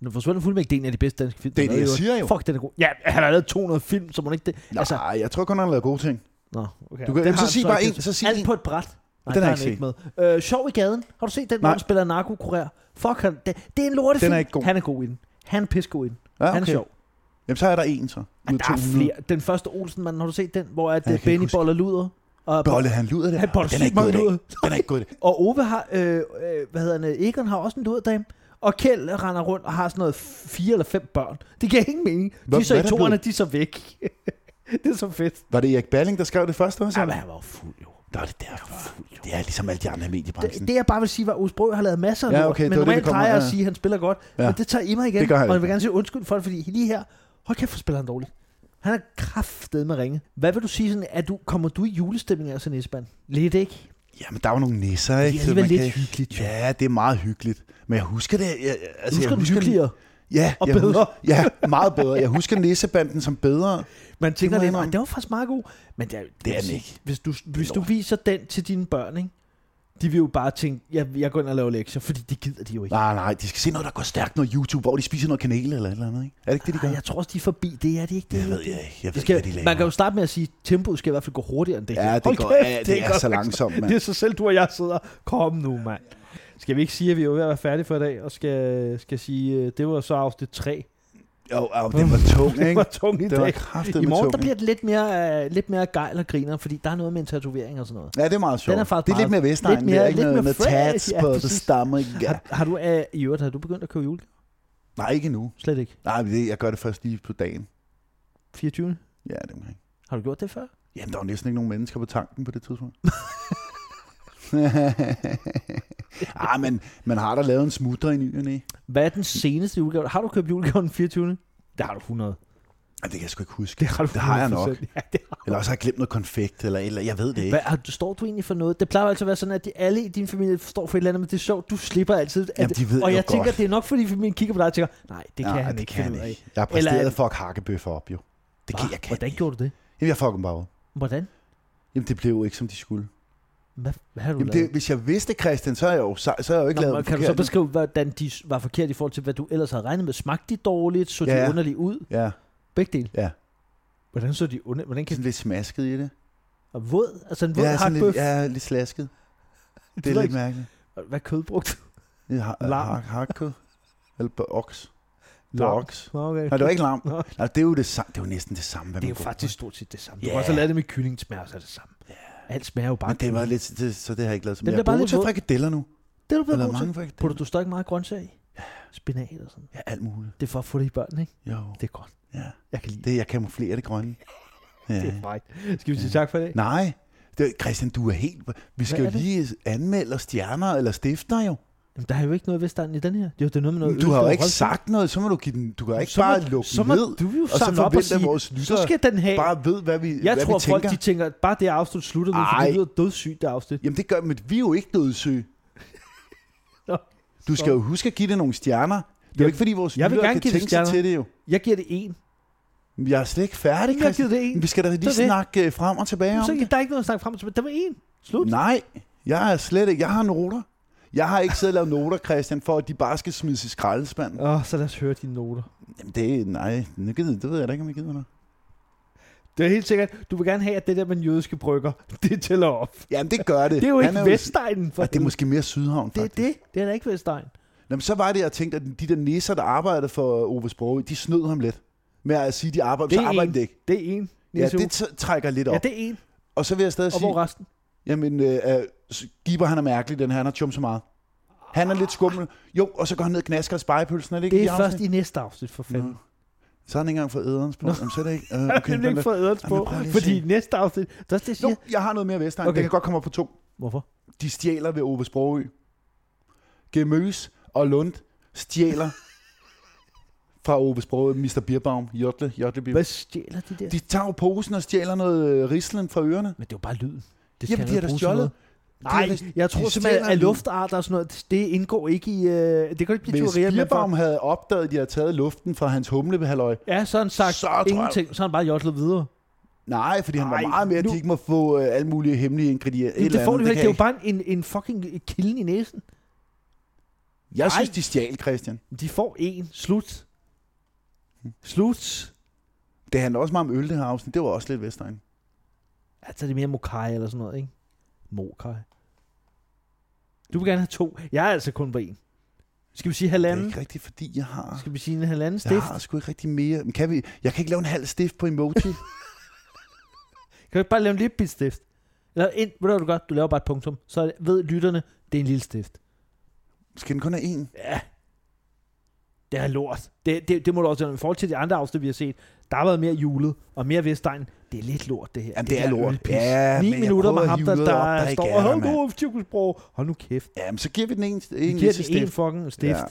[SPEAKER 1] Nu forsvinder fuldmægtig, det er en af de bedste danske film.
[SPEAKER 2] Det er
[SPEAKER 1] der
[SPEAKER 2] det,
[SPEAKER 1] lavet
[SPEAKER 2] jeg
[SPEAKER 1] i
[SPEAKER 2] siger
[SPEAKER 1] øvrigt.
[SPEAKER 2] jo.
[SPEAKER 1] Fuck, den er god. Ja, han har lavet 200 film, så må han ikke det.
[SPEAKER 2] Nej, altså, jeg tror kun, han har lavet gode ting.
[SPEAKER 1] nå, okay.
[SPEAKER 2] Du kan-
[SPEAKER 1] Den
[SPEAKER 2] så
[SPEAKER 1] har han
[SPEAKER 2] sig bare
[SPEAKER 1] ikke.
[SPEAKER 2] en, så sig
[SPEAKER 1] Alt
[SPEAKER 2] en.
[SPEAKER 1] på et bræt. Nej,
[SPEAKER 2] Den
[SPEAKER 1] den
[SPEAKER 2] har
[SPEAKER 1] er
[SPEAKER 2] jeg
[SPEAKER 1] han ikke med. Øh, Sjov i gaden. Har du set den, hvor
[SPEAKER 2] Nej.
[SPEAKER 1] han spiller narkokurér? Fuck, han, det, det er en lortefilm.
[SPEAKER 2] Den er ikke god. Ah,
[SPEAKER 1] Han er god i den. Han er pissegod i den.
[SPEAKER 2] Ja,
[SPEAKER 1] Han er sjov.
[SPEAKER 2] Jamen, så er der en, så.
[SPEAKER 1] Ja, der er flere. Den første Olsenmand, har du set den? Hvor at
[SPEAKER 2] Ja, jeg
[SPEAKER 1] øh,
[SPEAKER 2] kan ikke
[SPEAKER 1] Benny
[SPEAKER 2] huske.
[SPEAKER 1] boller luder. Og,
[SPEAKER 2] Bolle, han luder det.
[SPEAKER 1] Han boller
[SPEAKER 2] den er
[SPEAKER 1] sygt
[SPEAKER 2] ikke god
[SPEAKER 1] meget
[SPEAKER 2] i dag.
[SPEAKER 1] luder.
[SPEAKER 2] Den er ikke god i dag.
[SPEAKER 1] Og Ove har, øh, øh, hvad hedder han, øh, Egon har også en luddame. Og Kjeld render rundt og har sådan noget fire eller fem børn. Det giver ingen mening. De
[SPEAKER 2] Hvad-
[SPEAKER 1] er så
[SPEAKER 2] hvad
[SPEAKER 1] i
[SPEAKER 2] er der
[SPEAKER 1] toerne,
[SPEAKER 2] blevet?
[SPEAKER 1] de er så væk. det er så fedt.
[SPEAKER 2] Var det Erik Balling, der skrev det første også?
[SPEAKER 1] Ja,
[SPEAKER 2] eller?
[SPEAKER 1] men han var jo fuld, jo.
[SPEAKER 2] Nå, det er derfor. Ah, Det er ligesom alle de andre i mediebranchen.
[SPEAKER 1] Det, det jeg bare vil sige, var, at Osbro har lavet masser af
[SPEAKER 2] Ja,
[SPEAKER 1] lort,
[SPEAKER 2] okay, det
[SPEAKER 1] men
[SPEAKER 2] var det,
[SPEAKER 1] normalt
[SPEAKER 2] det kom-
[SPEAKER 1] plejer jeg
[SPEAKER 2] ja.
[SPEAKER 1] at sige, at han spiller godt,
[SPEAKER 2] Ja.
[SPEAKER 1] ja. men det tager I mig igen,
[SPEAKER 2] Det gør han
[SPEAKER 1] og jeg
[SPEAKER 2] ikke.
[SPEAKER 1] vil gerne sige undskyld for det, fordi lige her, hold kæft, for spiller han dårligt. Han er kraftet med ringe. Hvad vil du sige, sådan, at du, kommer du i julestemning altså, Nisban? Lidt, ikke?
[SPEAKER 2] Jamen, der var nogle nisser, ikke?
[SPEAKER 1] er
[SPEAKER 2] Så
[SPEAKER 1] alligevel
[SPEAKER 2] man
[SPEAKER 1] lidt hyggeligt, jo.
[SPEAKER 2] Ja, det er meget hyggeligt. Men jeg husker det... Jeg,
[SPEAKER 1] Du
[SPEAKER 2] altså,
[SPEAKER 1] husker,
[SPEAKER 2] jeg
[SPEAKER 1] du skal lige
[SPEAKER 2] Ja,
[SPEAKER 1] og
[SPEAKER 2] jeg
[SPEAKER 1] bedre.
[SPEAKER 2] Husker, ja, meget bedre. Jeg husker nissebanden som bedre.
[SPEAKER 1] Man tænker
[SPEAKER 2] må jeg
[SPEAKER 1] lidt,
[SPEAKER 2] indrømme.
[SPEAKER 1] "Ej, det var faktisk meget god, men det er,
[SPEAKER 2] Det er den ikke.
[SPEAKER 1] Hvis du, hvis du
[SPEAKER 2] lort.
[SPEAKER 1] viser den til dine børn, ikke? de vil jo bare tænke, jeg, jeg går ind og laver lektier, fordi det gider de jo ikke.
[SPEAKER 2] Nej, nej, de skal se noget, der går stærkt, noget YouTube, hvor de spiser noget kanel eller et eller andet, ikke? Er det ikke det, de gør?
[SPEAKER 1] Ej, jeg tror også, de er forbi. Det er de ikke. Det,
[SPEAKER 2] Det
[SPEAKER 1] er
[SPEAKER 2] ved
[SPEAKER 1] det.
[SPEAKER 2] jeg ikke. Jeg
[SPEAKER 1] Det
[SPEAKER 2] ved ikke, hvad
[SPEAKER 1] skal,
[SPEAKER 2] de laver.
[SPEAKER 1] man kan jo starte med at sige, at tempoet skal i hvert fald gå hurtigere end det her.
[SPEAKER 2] Ja, det,
[SPEAKER 1] Hold
[SPEAKER 2] går,
[SPEAKER 1] kæft,
[SPEAKER 2] ja, det, det er,
[SPEAKER 1] godt.
[SPEAKER 2] så langsomt, mand.
[SPEAKER 1] Det er så selv, du og jeg sidder. Kom nu, mand. Skal vi ikke sige, at vi er ved at være færdige for i dag, og skal, skal sige, øh, det var så afsnit 3.
[SPEAKER 2] Jo, jo, den var tung,
[SPEAKER 1] Det var
[SPEAKER 2] ikke?
[SPEAKER 1] tungt i
[SPEAKER 2] Det var
[SPEAKER 1] dag.
[SPEAKER 2] kraftigt
[SPEAKER 1] I morgen, der bliver det lidt mere, øh, lidt mere gejl og griner, fordi der er noget med en tatovering og sådan noget.
[SPEAKER 2] Ja, det er meget sjovt.
[SPEAKER 1] Den er faktisk
[SPEAKER 2] det er lidt
[SPEAKER 1] meget-
[SPEAKER 2] mere Vestegn.
[SPEAKER 1] lidt mere-
[SPEAKER 2] det er ikke
[SPEAKER 1] lidt mere
[SPEAKER 2] noget med
[SPEAKER 1] fresh,
[SPEAKER 2] tats
[SPEAKER 1] ja,
[SPEAKER 2] på
[SPEAKER 1] præcis.
[SPEAKER 2] stammer. Ja.
[SPEAKER 1] Har, har du, øh, i øvrigt, har du begyndt at købe jule?
[SPEAKER 2] Nej, ikke nu.
[SPEAKER 1] Slet ikke.
[SPEAKER 2] Nej, men det, jeg gør det først lige på dagen.
[SPEAKER 1] 24.
[SPEAKER 2] Ja, det er omkring.
[SPEAKER 1] Har du gjort det før?
[SPEAKER 2] Jamen, der var næsten ikke nogen mennesker på tanken på det tidspunkt. ah, men man har da lavet en smutter i ny og næ.
[SPEAKER 1] Hvad er den seneste julegave? Har du købt julegaven den 24. Det har du 100.
[SPEAKER 2] Ej, Det kan jeg sgu ikke huske.
[SPEAKER 1] Det har du
[SPEAKER 2] Det har jeg
[SPEAKER 1] 100%. Ja, det har
[SPEAKER 2] Eller også har jeg glemt noget konfekt, eller, eller jeg ved det
[SPEAKER 1] du.
[SPEAKER 2] ikke.
[SPEAKER 1] Hvad, har du- står du egentlig for noget? Det plejer jo altid at være sådan, at de, alle i din familie står for et eller andet, men det er sjovt, du slipper altid. At,
[SPEAKER 2] Jamen, de ved
[SPEAKER 1] og
[SPEAKER 2] jo
[SPEAKER 1] jeg tænker,
[SPEAKER 2] godt.
[SPEAKER 1] det er nok, fordi familien kigger på dig og tænker, nej, det kan
[SPEAKER 2] Nej,
[SPEAKER 1] han
[SPEAKER 2] det
[SPEAKER 1] ikke.
[SPEAKER 2] kan
[SPEAKER 1] finde ud
[SPEAKER 2] han
[SPEAKER 1] af."
[SPEAKER 2] ikke. Jeg har
[SPEAKER 1] Eller-
[SPEAKER 2] præsteret for at hakkebøffer op, jo. Det kan
[SPEAKER 1] Hva?
[SPEAKER 2] jeg kan
[SPEAKER 1] Hvordan
[SPEAKER 2] ikke.
[SPEAKER 1] gjorde du det?
[SPEAKER 2] Jamen, jeg fucker dem bare op.
[SPEAKER 1] Hvordan?
[SPEAKER 2] Jamen, det blev jo ikke, som de skulle.
[SPEAKER 1] Hvad, hvad har du
[SPEAKER 2] Jamen,
[SPEAKER 1] lavet?
[SPEAKER 2] det, hvis jeg vidste, Christian, så er jeg jo, så, så er jeg jo ikke
[SPEAKER 1] Nå,
[SPEAKER 2] lavet
[SPEAKER 1] men
[SPEAKER 2] dem
[SPEAKER 1] kan du så
[SPEAKER 2] forkert.
[SPEAKER 1] beskrive, hvordan de s- var forkert i forhold til, hvad du ellers havde regnet med? Smagte de dårligt? Så de
[SPEAKER 2] Ja.
[SPEAKER 1] underligt ud?
[SPEAKER 2] Ja,
[SPEAKER 1] Begge dele?
[SPEAKER 2] Ja.
[SPEAKER 1] Hvordan så de underligt? Hvordan kan
[SPEAKER 2] sådan lidt smasket i det.
[SPEAKER 1] Og våd? Altså en våd
[SPEAKER 2] ja,
[SPEAKER 1] ja,
[SPEAKER 2] sådan
[SPEAKER 1] hakbøf?
[SPEAKER 2] lidt, ja, lidt slasket.
[SPEAKER 1] det,
[SPEAKER 2] Det er lidt mærkeligt.
[SPEAKER 1] mærkeligt. Hvad kød brugt?
[SPEAKER 2] Lidt har,
[SPEAKER 1] Lam.
[SPEAKER 2] har, hakkød. Eller på oks. Det var oks.
[SPEAKER 1] Nå, Okay.
[SPEAKER 2] Nej, det var ikke lam.
[SPEAKER 1] Nå.
[SPEAKER 2] Nej, det er jo, det, samme, det er jo næsten det samme, hvad
[SPEAKER 1] Det er
[SPEAKER 2] man
[SPEAKER 1] jo
[SPEAKER 2] går
[SPEAKER 1] faktisk stort set det samme. Du
[SPEAKER 2] Ja.
[SPEAKER 1] kan også have lavet det med kylling, smager så er det samme. Alt smager jo
[SPEAKER 2] på.
[SPEAKER 1] bare.
[SPEAKER 2] Men det var lidt, det, så det har jeg ikke lavet som
[SPEAKER 1] Den
[SPEAKER 2] jeg
[SPEAKER 1] bliver
[SPEAKER 2] er
[SPEAKER 1] bare
[SPEAKER 2] god
[SPEAKER 1] lidt
[SPEAKER 2] til
[SPEAKER 1] våd.
[SPEAKER 2] frikadeller nu. Jeg
[SPEAKER 1] det er du
[SPEAKER 2] har
[SPEAKER 1] blevet
[SPEAKER 2] lavet mange
[SPEAKER 1] god til.
[SPEAKER 2] frikadeller.
[SPEAKER 1] Putter du stadig meget grøntsager i? Spinat og sådan.
[SPEAKER 2] Ja, alt muligt.
[SPEAKER 1] Det er for at få det i børn, ikke?
[SPEAKER 2] Jo,
[SPEAKER 1] Det er godt.
[SPEAKER 2] ja.
[SPEAKER 1] Jeg kan lide det.
[SPEAKER 2] Det, jeg kamuflerer det grønne. Ja.
[SPEAKER 1] Det er fejt. Skal vi sige tak for det?
[SPEAKER 2] Nej, det, Christian, du er helt... Vi skal
[SPEAKER 1] Hvad
[SPEAKER 2] jo
[SPEAKER 1] er det?
[SPEAKER 2] lige anmelde os stjerner eller stifter jo.
[SPEAKER 1] Jamen, der er jo ikke noget Vestegn i den her. Jo, det er noget med noget
[SPEAKER 2] Du
[SPEAKER 1] øl,
[SPEAKER 2] har jo
[SPEAKER 1] der
[SPEAKER 2] ikke
[SPEAKER 1] rødt.
[SPEAKER 2] sagt noget, så må du give den... Du kan ikke
[SPEAKER 1] Så må-
[SPEAKER 2] bare lukke
[SPEAKER 1] Så
[SPEAKER 2] den
[SPEAKER 1] må
[SPEAKER 2] ned.
[SPEAKER 1] du jo
[SPEAKER 2] og så
[SPEAKER 1] samle op og
[SPEAKER 2] forvente, at
[SPEAKER 1] sige,
[SPEAKER 2] vores
[SPEAKER 1] så
[SPEAKER 2] lyttere
[SPEAKER 1] skal den have.
[SPEAKER 2] bare ved, hvad vi,
[SPEAKER 1] jeg
[SPEAKER 2] hvad
[SPEAKER 1] tror,
[SPEAKER 2] vi
[SPEAKER 1] folk
[SPEAKER 2] tænker.
[SPEAKER 1] de tænker, at bare det afsnit slutter nu, for
[SPEAKER 2] Ej.
[SPEAKER 1] det lyder dødssygt, det afsnit.
[SPEAKER 2] Jamen, det gør... Men vi er jo ikke dødssyge.
[SPEAKER 1] Nå,
[SPEAKER 2] Du skal
[SPEAKER 1] så.
[SPEAKER 2] jo huske at give det nogle stjerner. Det er
[SPEAKER 1] Jamen,
[SPEAKER 2] jo ikke, fordi vores
[SPEAKER 1] jeg vil
[SPEAKER 2] lyttere
[SPEAKER 1] gerne
[SPEAKER 2] kan
[SPEAKER 1] give det
[SPEAKER 2] tænke sig
[SPEAKER 1] stjerner.
[SPEAKER 2] til det jo.
[SPEAKER 1] Jeg giver det en.
[SPEAKER 2] Men Jeg er slet ikke færdig,
[SPEAKER 1] Jeg har
[SPEAKER 2] Christian.
[SPEAKER 1] givet det en.
[SPEAKER 2] Vi skal da
[SPEAKER 1] Så
[SPEAKER 2] lige
[SPEAKER 1] er det.
[SPEAKER 2] snakke øh, frem og tilbage om
[SPEAKER 1] Så
[SPEAKER 2] det.
[SPEAKER 1] der er ikke noget at snakke frem og tilbage. Der var en. Slut.
[SPEAKER 2] Nej, jeg er slet ikke... Jeg har noter. Jeg har ikke siddet og lavet noter, Christian, for at de bare skal smides i skraldespanden.
[SPEAKER 1] Åh, oh, så lad os høre dine noter.
[SPEAKER 2] Jamen, det, nej, det, gider- det ved jeg da ikke, om jeg gider noget.
[SPEAKER 1] Det er helt sikkert, du vil gerne have, at det der med den jødiske brygger, det tæller op.
[SPEAKER 2] Jamen, det gør det.
[SPEAKER 1] Det er jo
[SPEAKER 2] Han
[SPEAKER 1] ikke Vestegnen. For
[SPEAKER 2] Og det er måske mere Sydhavn,
[SPEAKER 1] det er
[SPEAKER 2] faktisk. Det.
[SPEAKER 1] det. Det er da ikke Vestegn.
[SPEAKER 2] Jamen, så var det, jeg tænkte, at de der nisser, der arbejdede for Ove Sprogø, de snød ham lidt. Med at sige, de arbejder,
[SPEAKER 1] Det
[SPEAKER 2] så
[SPEAKER 1] er
[SPEAKER 2] arbejder
[SPEAKER 1] en.
[SPEAKER 2] de ikke.
[SPEAKER 1] Det er en.
[SPEAKER 2] Ja, det t- trækker lidt op.
[SPEAKER 1] ja,
[SPEAKER 2] Ja, det...
[SPEAKER 1] det er en.
[SPEAKER 2] Og så vil jeg stadig
[SPEAKER 1] Og
[SPEAKER 2] sige,
[SPEAKER 1] hvor er resten?
[SPEAKER 2] jamen, øh, øh, s- Giber, han er mærkelig, den her, han har tjum så meget. Han er lidt skummel. Jo, og så går han ned og knasker og spejepølsen, er det ikke?
[SPEAKER 1] Det
[SPEAKER 2] i
[SPEAKER 1] er
[SPEAKER 2] afsnit?
[SPEAKER 1] først i næste afsnit, for fanden.
[SPEAKER 2] Nå. Så har han ikke engang fået æderens på.
[SPEAKER 1] Nå.
[SPEAKER 2] Jamen, så er det ikke. Øh,
[SPEAKER 1] Jeg har
[SPEAKER 2] okay,
[SPEAKER 1] nemlig ikke
[SPEAKER 2] vent lidt.
[SPEAKER 1] fået ædels på,
[SPEAKER 2] Jamen, prøv lige at
[SPEAKER 1] fordi
[SPEAKER 2] se.
[SPEAKER 1] næste afsnit, der er det, jeg siger.
[SPEAKER 2] Jo, jeg har noget mere Vestegn.
[SPEAKER 1] Okay.
[SPEAKER 2] Okay. Det kan godt komme op på to.
[SPEAKER 1] Hvorfor?
[SPEAKER 2] de stjæler ved Ove Sprogø. Gemøs og Lund stjæler fra Ove Sprogø, Mr. Birbaum, Jotle,
[SPEAKER 1] Hvad
[SPEAKER 2] Jotle Birbaum.
[SPEAKER 1] stjæler de der?
[SPEAKER 2] De tager jo posen og stjæler noget øh, rislen fra ørerne.
[SPEAKER 1] Men det er jo bare lyden. Det
[SPEAKER 2] Jamen, de
[SPEAKER 1] man
[SPEAKER 2] har da
[SPEAKER 1] bruge til
[SPEAKER 2] stjålet.
[SPEAKER 1] noget.
[SPEAKER 2] De har
[SPEAKER 1] Nej,
[SPEAKER 2] da-
[SPEAKER 1] jeg
[SPEAKER 2] de
[SPEAKER 1] tror simpelthen,
[SPEAKER 2] stjæler
[SPEAKER 1] at
[SPEAKER 2] lyden.
[SPEAKER 1] luftarter og sådan noget, det indgår ikke i... Øh, det kan ikke blive
[SPEAKER 2] Hvis
[SPEAKER 1] teorier, men for,
[SPEAKER 2] Birbaum havde opdaget, at de havde taget luften fra hans humlebehalløj,
[SPEAKER 1] Ja, så har han sagt
[SPEAKER 2] Så tror jeg-
[SPEAKER 1] ingenting, så har han bare jotlet videre.
[SPEAKER 2] nej, fordi han
[SPEAKER 1] Ej,
[SPEAKER 2] var meget mere, at
[SPEAKER 1] nu-
[SPEAKER 2] de ikke må få øh, alle mulige hemmelige ingredienser.
[SPEAKER 1] Jamen, det får du
[SPEAKER 2] andet,
[SPEAKER 1] ikke. Det er
[SPEAKER 2] kan
[SPEAKER 1] jo bare en, en fucking kilden i næsen.
[SPEAKER 2] jeg ikke. Jeg synes,
[SPEAKER 1] Ej.
[SPEAKER 2] de stjal, Christian.
[SPEAKER 1] De får en. Slut. Slut.
[SPEAKER 2] Det handler også meget om øl, det her afsnit. Det var også lidt Vestegn.
[SPEAKER 1] Altså, det er mere mokai eller sådan noget, ikke? Mokai. Du vil gerne have to. Jeg er altså kun på en. Skal vi sige
[SPEAKER 2] Det er
[SPEAKER 1] halvanden?
[SPEAKER 2] ikke rigtigt, fordi jeg har...
[SPEAKER 1] Skal vi sige en halvanden stift?
[SPEAKER 2] Jeg har sgu ikke rigtig mere. Men kan vi... Jeg kan ikke lave en halv stift på emoji.
[SPEAKER 1] Kan du ikke bare lave en lille bit stift? Eller en, ved du, hvad du gør? Du laver bare et punktum. Så ved lytterne, det er en lille stift.
[SPEAKER 2] Skal den kun have en?
[SPEAKER 1] Ja. Det er lort. Det, det, det må du også I forhold til de andre afsnit, vi har set, der har været mere julet og mere Vestegn. Det er lidt lort, det her.
[SPEAKER 2] Jamen, det, det er
[SPEAKER 1] der
[SPEAKER 2] lort.
[SPEAKER 1] ølpis.
[SPEAKER 2] Ja,
[SPEAKER 1] 9
[SPEAKER 2] men jeg
[SPEAKER 1] minutter
[SPEAKER 2] prøver
[SPEAKER 1] med
[SPEAKER 2] at
[SPEAKER 1] ham,
[SPEAKER 2] hive
[SPEAKER 1] der,
[SPEAKER 2] noget
[SPEAKER 1] der
[SPEAKER 2] op, der ikke
[SPEAKER 1] står,
[SPEAKER 2] er der,
[SPEAKER 1] hold
[SPEAKER 2] mand."
[SPEAKER 1] nu, Tjukkelsbro, hold nu kæft.
[SPEAKER 2] Jamen, så giver vi den en,
[SPEAKER 1] Vi
[SPEAKER 2] en
[SPEAKER 1] giver
[SPEAKER 2] lille
[SPEAKER 1] det en
[SPEAKER 2] stift.
[SPEAKER 1] fucking stift.
[SPEAKER 2] Ja.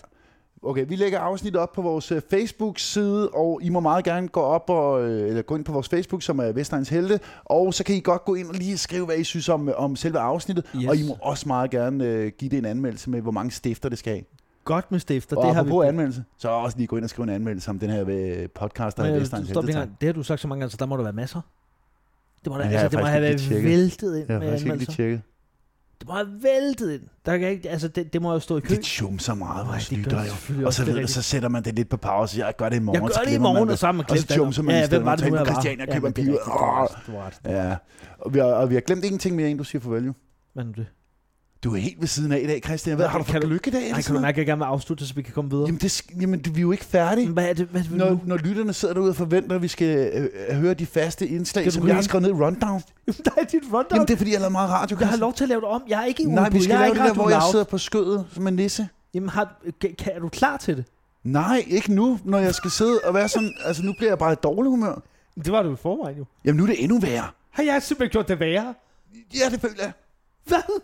[SPEAKER 2] Okay, vi lægger afsnit op på vores øh, Facebook-side, og I må meget gerne gå op og øh, eller gå ind på vores Facebook, som er Vestegns Helte, og så kan I godt gå ind og lige skrive, hvad I synes om, øh, om selve afsnittet,
[SPEAKER 1] Yes.
[SPEAKER 2] yes. og I må også meget gerne øh, give det en anmeldelse med, hvor mange stifter det skal have.
[SPEAKER 1] Godt med stifter,
[SPEAKER 2] Og
[SPEAKER 1] det har vi.
[SPEAKER 2] apropos anmeldelse, så også lige gå ind og skrive en anmeldelse om den her øh, podcast, der
[SPEAKER 1] Men,
[SPEAKER 2] er
[SPEAKER 1] øh,
[SPEAKER 2] Vestegns
[SPEAKER 1] stop
[SPEAKER 2] Helte.
[SPEAKER 1] lige
[SPEAKER 2] tak.
[SPEAKER 1] engang. det har du sagt så mange gange, så der må der være masser. Det må, der,
[SPEAKER 2] Ja,
[SPEAKER 1] altså,
[SPEAKER 2] jeg
[SPEAKER 1] det må
[SPEAKER 2] har
[SPEAKER 1] have været
[SPEAKER 2] faktisk ikke lige
[SPEAKER 1] væltet ind
[SPEAKER 2] Jeg har
[SPEAKER 1] med
[SPEAKER 2] faktisk ikke lige
[SPEAKER 1] anmeldelser.
[SPEAKER 2] tjekket.
[SPEAKER 1] Det må have væltet ind. Der kan ikke, altså, det, det må jo stå i kø.
[SPEAKER 2] Det tjumser meget,
[SPEAKER 1] Nej,
[SPEAKER 2] vores
[SPEAKER 1] det gør
[SPEAKER 2] lytter
[SPEAKER 1] det
[SPEAKER 2] jo.
[SPEAKER 1] selvfølgelig
[SPEAKER 2] Og
[SPEAKER 1] også,
[SPEAKER 2] så,
[SPEAKER 1] det er
[SPEAKER 2] ved, du,
[SPEAKER 1] rigtigt.
[SPEAKER 2] så sætter man det lidt på pause og siger, jeg gør det i morgen.
[SPEAKER 1] Jeg gør
[SPEAKER 2] så
[SPEAKER 1] det i
[SPEAKER 2] glemmer man
[SPEAKER 1] morgen, og så har man
[SPEAKER 2] Og
[SPEAKER 1] glemt
[SPEAKER 2] så
[SPEAKER 1] det.
[SPEAKER 2] tjumser man
[SPEAKER 1] Ja,
[SPEAKER 2] i
[SPEAKER 1] hvem
[SPEAKER 2] stedet,
[SPEAKER 1] var
[SPEAKER 2] man
[SPEAKER 1] det
[SPEAKER 2] tager
[SPEAKER 1] nu,
[SPEAKER 2] ind på
[SPEAKER 1] der var?
[SPEAKER 2] Christiania og
[SPEAKER 1] Ja,
[SPEAKER 2] køber
[SPEAKER 1] men
[SPEAKER 2] en
[SPEAKER 1] det er
[SPEAKER 2] pibe.
[SPEAKER 1] rigtigt, du har ret, du har ret.
[SPEAKER 2] Ja, og vi, har, og vi har glemt ingenting mere, inden du siger farvel jo.
[SPEAKER 1] Hvad nu det?
[SPEAKER 2] Du er helt ved siden af i dag, Christian. Jeg ved, har du
[SPEAKER 1] Kan
[SPEAKER 2] fået
[SPEAKER 1] du-
[SPEAKER 2] lykke i dag?
[SPEAKER 1] Ej,
[SPEAKER 2] eller
[SPEAKER 1] kan du
[SPEAKER 2] sådan noget?
[SPEAKER 1] mærke, at jeg gerne vil afslutte, så vi kan komme videre?
[SPEAKER 2] Jamen, det, sk- jamen, det- vi er jo ikke færdige.
[SPEAKER 1] Jamen, hvad er det? Hvad er det
[SPEAKER 2] Når,
[SPEAKER 1] nu?
[SPEAKER 2] når lytterne sidder derude og forventer, at vi skal øh, høre de faste indslag,
[SPEAKER 1] Skal du
[SPEAKER 2] som jeg har
[SPEAKER 1] lige-
[SPEAKER 2] skrevet ned i rundown.
[SPEAKER 1] Jamen, der er dit rundown.
[SPEAKER 2] Jamen, det er, fordi jeg lavede meget radio,
[SPEAKER 1] Jeg har
[SPEAKER 2] Christian.
[SPEAKER 1] lov til at lave det om. Jeg er ikke i
[SPEAKER 2] Nej, vi
[SPEAKER 1] udbud.
[SPEAKER 2] skal
[SPEAKER 1] Jeg er
[SPEAKER 2] lave
[SPEAKER 1] ikke
[SPEAKER 2] det der,
[SPEAKER 1] Radio
[SPEAKER 2] hvor jeg
[SPEAKER 1] Loud.
[SPEAKER 2] sidder på skødet som en nisse.
[SPEAKER 1] Jamen, har, kan, kan, er du klar til det?
[SPEAKER 2] Nej, ikke nu, når jeg skal sidde og være sådan... Altså, nu bliver jeg bare i dårlig humør.
[SPEAKER 1] Det var du i forvejen jo.
[SPEAKER 2] Jamen, nu er det endnu værre.
[SPEAKER 1] Har jeg simpelthen gjort det værre?
[SPEAKER 2] Ja, det føler jeg.
[SPEAKER 1] Hvad?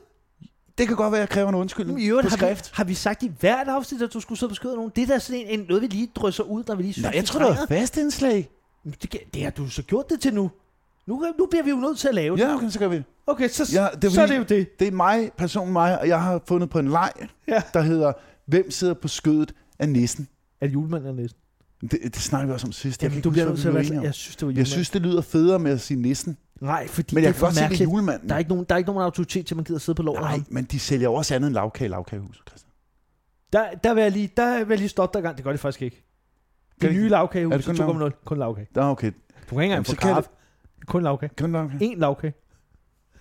[SPEAKER 2] Det kan godt være, at jeg kræver en undskyldning
[SPEAKER 1] I øvrigt
[SPEAKER 2] på
[SPEAKER 1] har vi,
[SPEAKER 2] skrift.
[SPEAKER 1] har vi sagt i hvert afsnit, at du skulle sidde og beskyde nogen. Det er da sådan en, en noget, vi lige drysser ud, når vi lige synes,
[SPEAKER 2] Nej, jeg
[SPEAKER 1] vi
[SPEAKER 2] tror, det var
[SPEAKER 1] trænger.
[SPEAKER 2] fast indslag.
[SPEAKER 1] Men Det, kan- det har du så gjort det til nu. Nu, nu bliver vi jo nødt til at lave det.
[SPEAKER 2] Ja, okay, så gør vi det.
[SPEAKER 1] Okay, så,
[SPEAKER 2] Ja,
[SPEAKER 1] ja,
[SPEAKER 2] det er
[SPEAKER 1] det så er
[SPEAKER 2] fordi-
[SPEAKER 1] det jo det.
[SPEAKER 2] Det er mig, personen mig, og jeg har fundet på en leg,
[SPEAKER 1] Ja.
[SPEAKER 2] der hedder, hvem sidder på skødet af nissen?
[SPEAKER 1] Er det julemanden eller næsten?
[SPEAKER 2] Det, det snakker vi også om sidst. Jeg kan
[SPEAKER 1] Jamen,
[SPEAKER 2] ikke
[SPEAKER 1] du bliver
[SPEAKER 2] huske,
[SPEAKER 1] nødt til
[SPEAKER 2] hvad
[SPEAKER 1] at
[SPEAKER 2] vi
[SPEAKER 1] være
[SPEAKER 2] blev enige
[SPEAKER 1] sådan, Jeg synes, det var
[SPEAKER 2] om. jeg
[SPEAKER 1] julemanden.
[SPEAKER 2] synes, det lyder federe med at sige nissen.
[SPEAKER 1] Nej, fordi
[SPEAKER 2] Men
[SPEAKER 1] det
[SPEAKER 2] jeg
[SPEAKER 1] er
[SPEAKER 2] kan
[SPEAKER 1] for
[SPEAKER 2] godt se, det er
[SPEAKER 1] mærkeligt.
[SPEAKER 2] julemanden.
[SPEAKER 1] Der er, ikke nogen, der er ikke nogen autoritet til, at man gider sidde på loven af
[SPEAKER 2] Nej,
[SPEAKER 1] ham.
[SPEAKER 2] men de sælger jo også andet end lavkage i lavkagehuset, Christian.
[SPEAKER 1] Der, der, vil jeg lige, der vil jeg lige stoppe dig en gang. Det gør det faktisk ikke.
[SPEAKER 2] Gør
[SPEAKER 1] Det
[SPEAKER 2] det
[SPEAKER 1] nye lavkage,
[SPEAKER 2] Er det kun
[SPEAKER 1] 2,0. Kun lavkage.
[SPEAKER 2] Nå, okay.
[SPEAKER 1] Du kan ikke
[SPEAKER 2] Jamen,
[SPEAKER 1] engang
[SPEAKER 2] så
[SPEAKER 1] få
[SPEAKER 2] kan
[SPEAKER 1] kaffe. Kun lavkage.
[SPEAKER 2] Kan man lavkage?
[SPEAKER 1] En lavkage.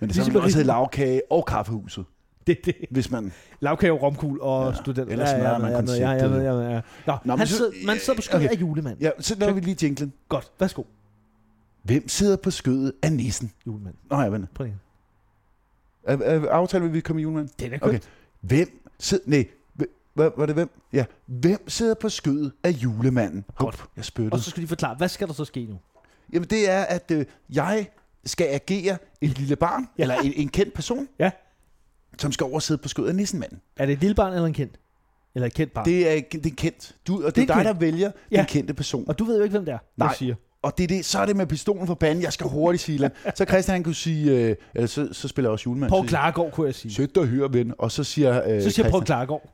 [SPEAKER 2] Men det
[SPEAKER 1] Ligesom
[SPEAKER 2] samme
[SPEAKER 1] at
[SPEAKER 2] også
[SPEAKER 1] riste-
[SPEAKER 2] hedde lavkage og kaffehuset,
[SPEAKER 1] Det er det.
[SPEAKER 2] hvis man...
[SPEAKER 1] Lavkage og romkugl og
[SPEAKER 2] Ja,
[SPEAKER 1] studenter.
[SPEAKER 2] ellers smadrer man
[SPEAKER 1] Ja, ja,
[SPEAKER 2] konceptet,
[SPEAKER 1] ja, ja, ja. Nå,
[SPEAKER 2] men
[SPEAKER 1] Nå han
[SPEAKER 2] så-
[SPEAKER 1] sidder, man sidder på skødet
[SPEAKER 2] okay.
[SPEAKER 1] af julemanden.
[SPEAKER 2] Ja, så laver vi lige jinglen.
[SPEAKER 1] Godt, værsgo,
[SPEAKER 2] Hvem sidder på skødet af nissen?
[SPEAKER 1] julemanden.
[SPEAKER 2] Nå, jeg venter.
[SPEAKER 1] Prøv lige.
[SPEAKER 2] Er, er, aftaler vi, at vi kommer i julemanden?
[SPEAKER 1] Den er købt.
[SPEAKER 2] Okay. Hvem sidder... Nej, hv- hvad var det hvem? Ja, hvem sidder på skødet af julemanden? Hop,
[SPEAKER 1] Godt.
[SPEAKER 2] jeg
[SPEAKER 1] Og
[SPEAKER 2] spyttede.
[SPEAKER 1] så skal de forklare, hvad skal der så ske nu?
[SPEAKER 2] Jamen det er, at øh, jeg skal agere et lille barn, ja.
[SPEAKER 1] Ja.
[SPEAKER 2] eller en, en kendt person,
[SPEAKER 1] Ja.
[SPEAKER 2] som skal over og sidde på skødet af nissenmanden.
[SPEAKER 1] Er det et lille barn eller en kendt? Eller et kendt barn? Det...
[SPEAKER 2] Det er, det er kendt. Du, og det,
[SPEAKER 1] Ah. Det
[SPEAKER 2] er
[SPEAKER 1] er
[SPEAKER 2] dig, der vælger
[SPEAKER 1] Ja.
[SPEAKER 2] ja. den kendte person.
[SPEAKER 1] Og du ved jo ikke, hvem det er,
[SPEAKER 2] Nej.
[SPEAKER 1] du siger.
[SPEAKER 2] Og det er det, så er det med pistolen for panden. Jeg skal hurtigt sige land. Så Christian han kunne sige, øh, eller så, så spiller jeg også julemand.
[SPEAKER 1] Poul Klargaard, kunne jeg sige.
[SPEAKER 2] Sødt og hør, ven. Og så siger, øh,
[SPEAKER 1] Så siger Poul
[SPEAKER 2] Christian,
[SPEAKER 1] Klargaard.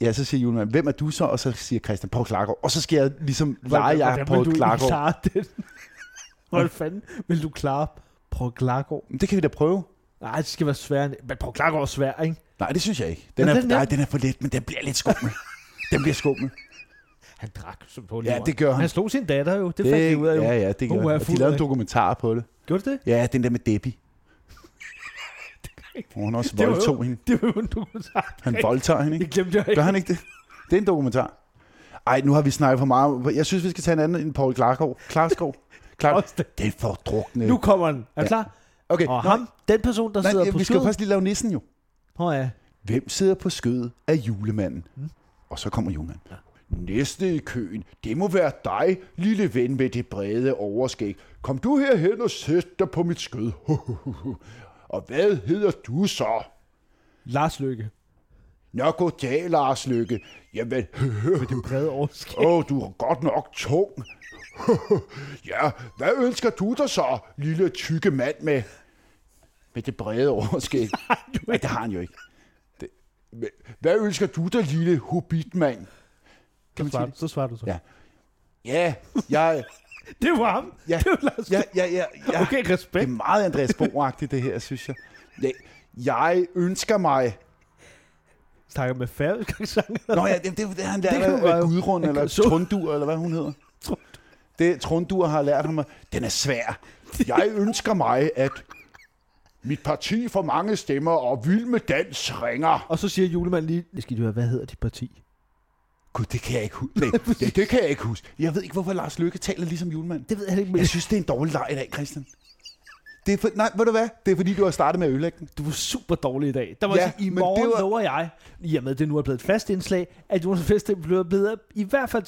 [SPEAKER 2] ja, så siger julemand, hvem er du så? Og så siger Christian, Poul Klargaard. Og så skal jeg ligesom lege, jeg er
[SPEAKER 1] vil
[SPEAKER 2] Poul
[SPEAKER 1] du egentlig
[SPEAKER 2] Klargaard.
[SPEAKER 1] klare den? Hvordan fanden vil du klare Poul Klargaard?
[SPEAKER 2] Men Det kan vi da prøve.
[SPEAKER 1] Nej, det skal være svært. Men Poul Klargaard er svær, ikke?
[SPEAKER 2] Nej, det synes jeg ikke. Den
[SPEAKER 1] Men
[SPEAKER 2] er,
[SPEAKER 1] den er-
[SPEAKER 2] nej, den er for let, men den bliver lidt skummel. den bliver skummel.
[SPEAKER 1] Han drak som på
[SPEAKER 2] Ja,
[SPEAKER 1] lort.
[SPEAKER 2] det gør han.
[SPEAKER 1] Han slog sin datter jo. Det, fandt jeg ud af jo.
[SPEAKER 2] ja, ja, det
[SPEAKER 1] Hun
[SPEAKER 2] gør
[SPEAKER 1] er
[SPEAKER 2] jeg. Og de
[SPEAKER 1] fuld
[SPEAKER 2] lavede
[SPEAKER 1] af-
[SPEAKER 2] en dokumentar på det.
[SPEAKER 1] Gjorde det det?
[SPEAKER 2] Ja, den der med Debbie. Hvor han også
[SPEAKER 1] Det var jo-
[SPEAKER 2] voldtog hende.
[SPEAKER 1] Det var jo en dokumentar.
[SPEAKER 2] Han voldtager hende, ikke?
[SPEAKER 1] Det glemte jeg ikke.
[SPEAKER 2] Gør han ikke det? Det er en dokumentar. Ej, nu har vi snakket for meget. om- Jeg synes, vi skal tage en anden end Paul Klarskov. Klarskov. Klar.
[SPEAKER 1] Også det.
[SPEAKER 2] Det er for drukne.
[SPEAKER 1] Nu kommer han. Er du
[SPEAKER 2] Ja.
[SPEAKER 1] klar?
[SPEAKER 2] okay.
[SPEAKER 1] Og
[SPEAKER 2] Nå,
[SPEAKER 1] ham, den person, der
[SPEAKER 2] nej,
[SPEAKER 1] sidder
[SPEAKER 2] ja,
[SPEAKER 1] på
[SPEAKER 2] vi skal jo
[SPEAKER 1] skødet.
[SPEAKER 2] først lige lave nissen jo.
[SPEAKER 1] Nå ja.
[SPEAKER 2] Hvem sidder på skødet af julemanden? Og så kommer julemanden. Næste i køen, det må være dig, lille ven med det brede overskæg. Kom du herhen og sæt dig på mit skød. og hvad hedder du så?
[SPEAKER 1] Lars Løkke.
[SPEAKER 2] Nå, goddag, Lars Lykke. Jamen,
[SPEAKER 1] Brede overskæg.
[SPEAKER 2] Åh, oh, du er godt nok tung. ja, hvad ønsker du dig så, lille tykke mand med, med det brede overskæg? Nej, det har han jo ikke. Det, men hvad ønsker du dig, lille hobbitmand? Kan
[SPEAKER 1] Så
[SPEAKER 2] man sige
[SPEAKER 1] svarer,
[SPEAKER 2] det?
[SPEAKER 1] du- så svarer du så.
[SPEAKER 2] Ja. Ja, jeg...
[SPEAKER 1] Det var ham.
[SPEAKER 2] Ja,
[SPEAKER 1] Det var Lars
[SPEAKER 2] ja, ja, ja, ja.
[SPEAKER 1] Okay,
[SPEAKER 2] Det er
[SPEAKER 1] respekt.
[SPEAKER 2] meget Andreas bo det her, synes jeg. Ja, jeg ønsker mig...
[SPEAKER 1] Snakker med færøsk accent.
[SPEAKER 2] Nå ja, det, det, det han
[SPEAKER 1] Det kan
[SPEAKER 2] der
[SPEAKER 1] være-
[SPEAKER 2] øh, Gudrun,
[SPEAKER 1] kan-
[SPEAKER 2] eller
[SPEAKER 1] så-
[SPEAKER 2] Trundur, eller hvad hun hedder. Det Trundur har lært ham, at den er svær. Jeg ønsker mig, at mit parti får mange stemmer, og vild med dans ringer.
[SPEAKER 1] Og så siger julemanden lige, det skal du høre, hvad hedder dit parti?
[SPEAKER 2] Gud, det kan jeg ikke huske. Nej, det, det kan jeg ikke huske. Jeg ved ikke, hvorfor Lars Løkke taler ligesom julemand.
[SPEAKER 1] Det ved jeg ikke, men
[SPEAKER 2] Jeg synes, det er en dårlig leg i dag, Christian. Det er for, nej, ved du hvad? Det er fordi, du har startet med at ødelægge den.
[SPEAKER 1] du var super dårlig i dag. Der var
[SPEAKER 2] Ja,
[SPEAKER 1] ja, sige, i
[SPEAKER 2] men det
[SPEAKER 1] morgen
[SPEAKER 2] var-
[SPEAKER 1] var... lover jeg, i og med at det nu er blevet et fast indslag, at Jonas Festival bliver bedre, i hvert fald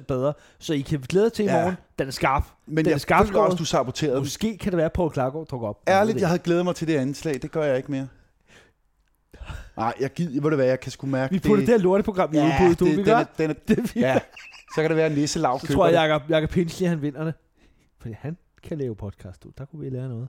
[SPEAKER 1] 60% bedre, så I kan glæde jer til i
[SPEAKER 2] Ja.
[SPEAKER 1] morgen. Den er skarp.
[SPEAKER 2] Men
[SPEAKER 1] den
[SPEAKER 2] jeg
[SPEAKER 1] er skarp
[SPEAKER 2] føler også, du saboterede den.
[SPEAKER 1] Måske kan det være, at Poul Klargaard dukker op. ved
[SPEAKER 2] Ærligt,
[SPEAKER 1] det
[SPEAKER 2] jeg havde glædet mig til det anslag. Det gør jeg ikke mere. Nej, jeg gider, ved du hvad, jeg kan sgu mærke
[SPEAKER 1] Vi putter det, her lorteprogram i ja,
[SPEAKER 2] Ja,
[SPEAKER 1] udbuddet, du.
[SPEAKER 2] det,
[SPEAKER 1] vi
[SPEAKER 2] den
[SPEAKER 1] gør.
[SPEAKER 2] er, den er,
[SPEAKER 1] Det, vi,
[SPEAKER 2] ja, så kan det være, at Nisse Lav
[SPEAKER 1] så tror jeg, Jacob, Jacob Pinsley, han vinder det. Fordi han kan lave podcast, du. Der kunne vi lære noget.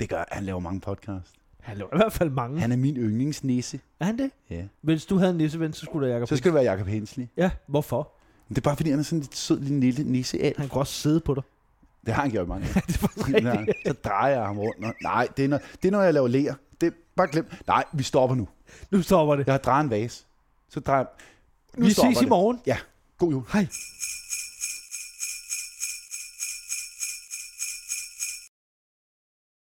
[SPEAKER 2] Det gør, han laver mange podcasts.
[SPEAKER 1] Han laver i hvert fald mange. Han...
[SPEAKER 2] Han er min yndlingsnisse.
[SPEAKER 1] Er han det?
[SPEAKER 2] Ja.
[SPEAKER 1] Hvis du havde en nisseven, så skulle der Jacob
[SPEAKER 2] Så skal det være Jacob Hensley.
[SPEAKER 1] Pinsley. Ja, hvorfor?
[SPEAKER 2] Det er bare fordi, han er sådan en lidt sød lille nille nisse af.
[SPEAKER 1] Han kunne også sidde på dig.
[SPEAKER 2] Det har han gjort mange
[SPEAKER 1] det var
[SPEAKER 2] gange.
[SPEAKER 1] rigtigt.
[SPEAKER 2] så drejer jeg ham rundt. Nå, Nej, det er, når, det er når jeg laver læger. Det er bare glem. Nej, vi stopper nu.
[SPEAKER 1] Nu stopper det.
[SPEAKER 2] Jeg har drejet en vase. Så drejer Nu
[SPEAKER 1] Vi
[SPEAKER 2] stopper
[SPEAKER 1] ses i
[SPEAKER 2] det.
[SPEAKER 1] morgen.
[SPEAKER 2] God jul.
[SPEAKER 1] Hej.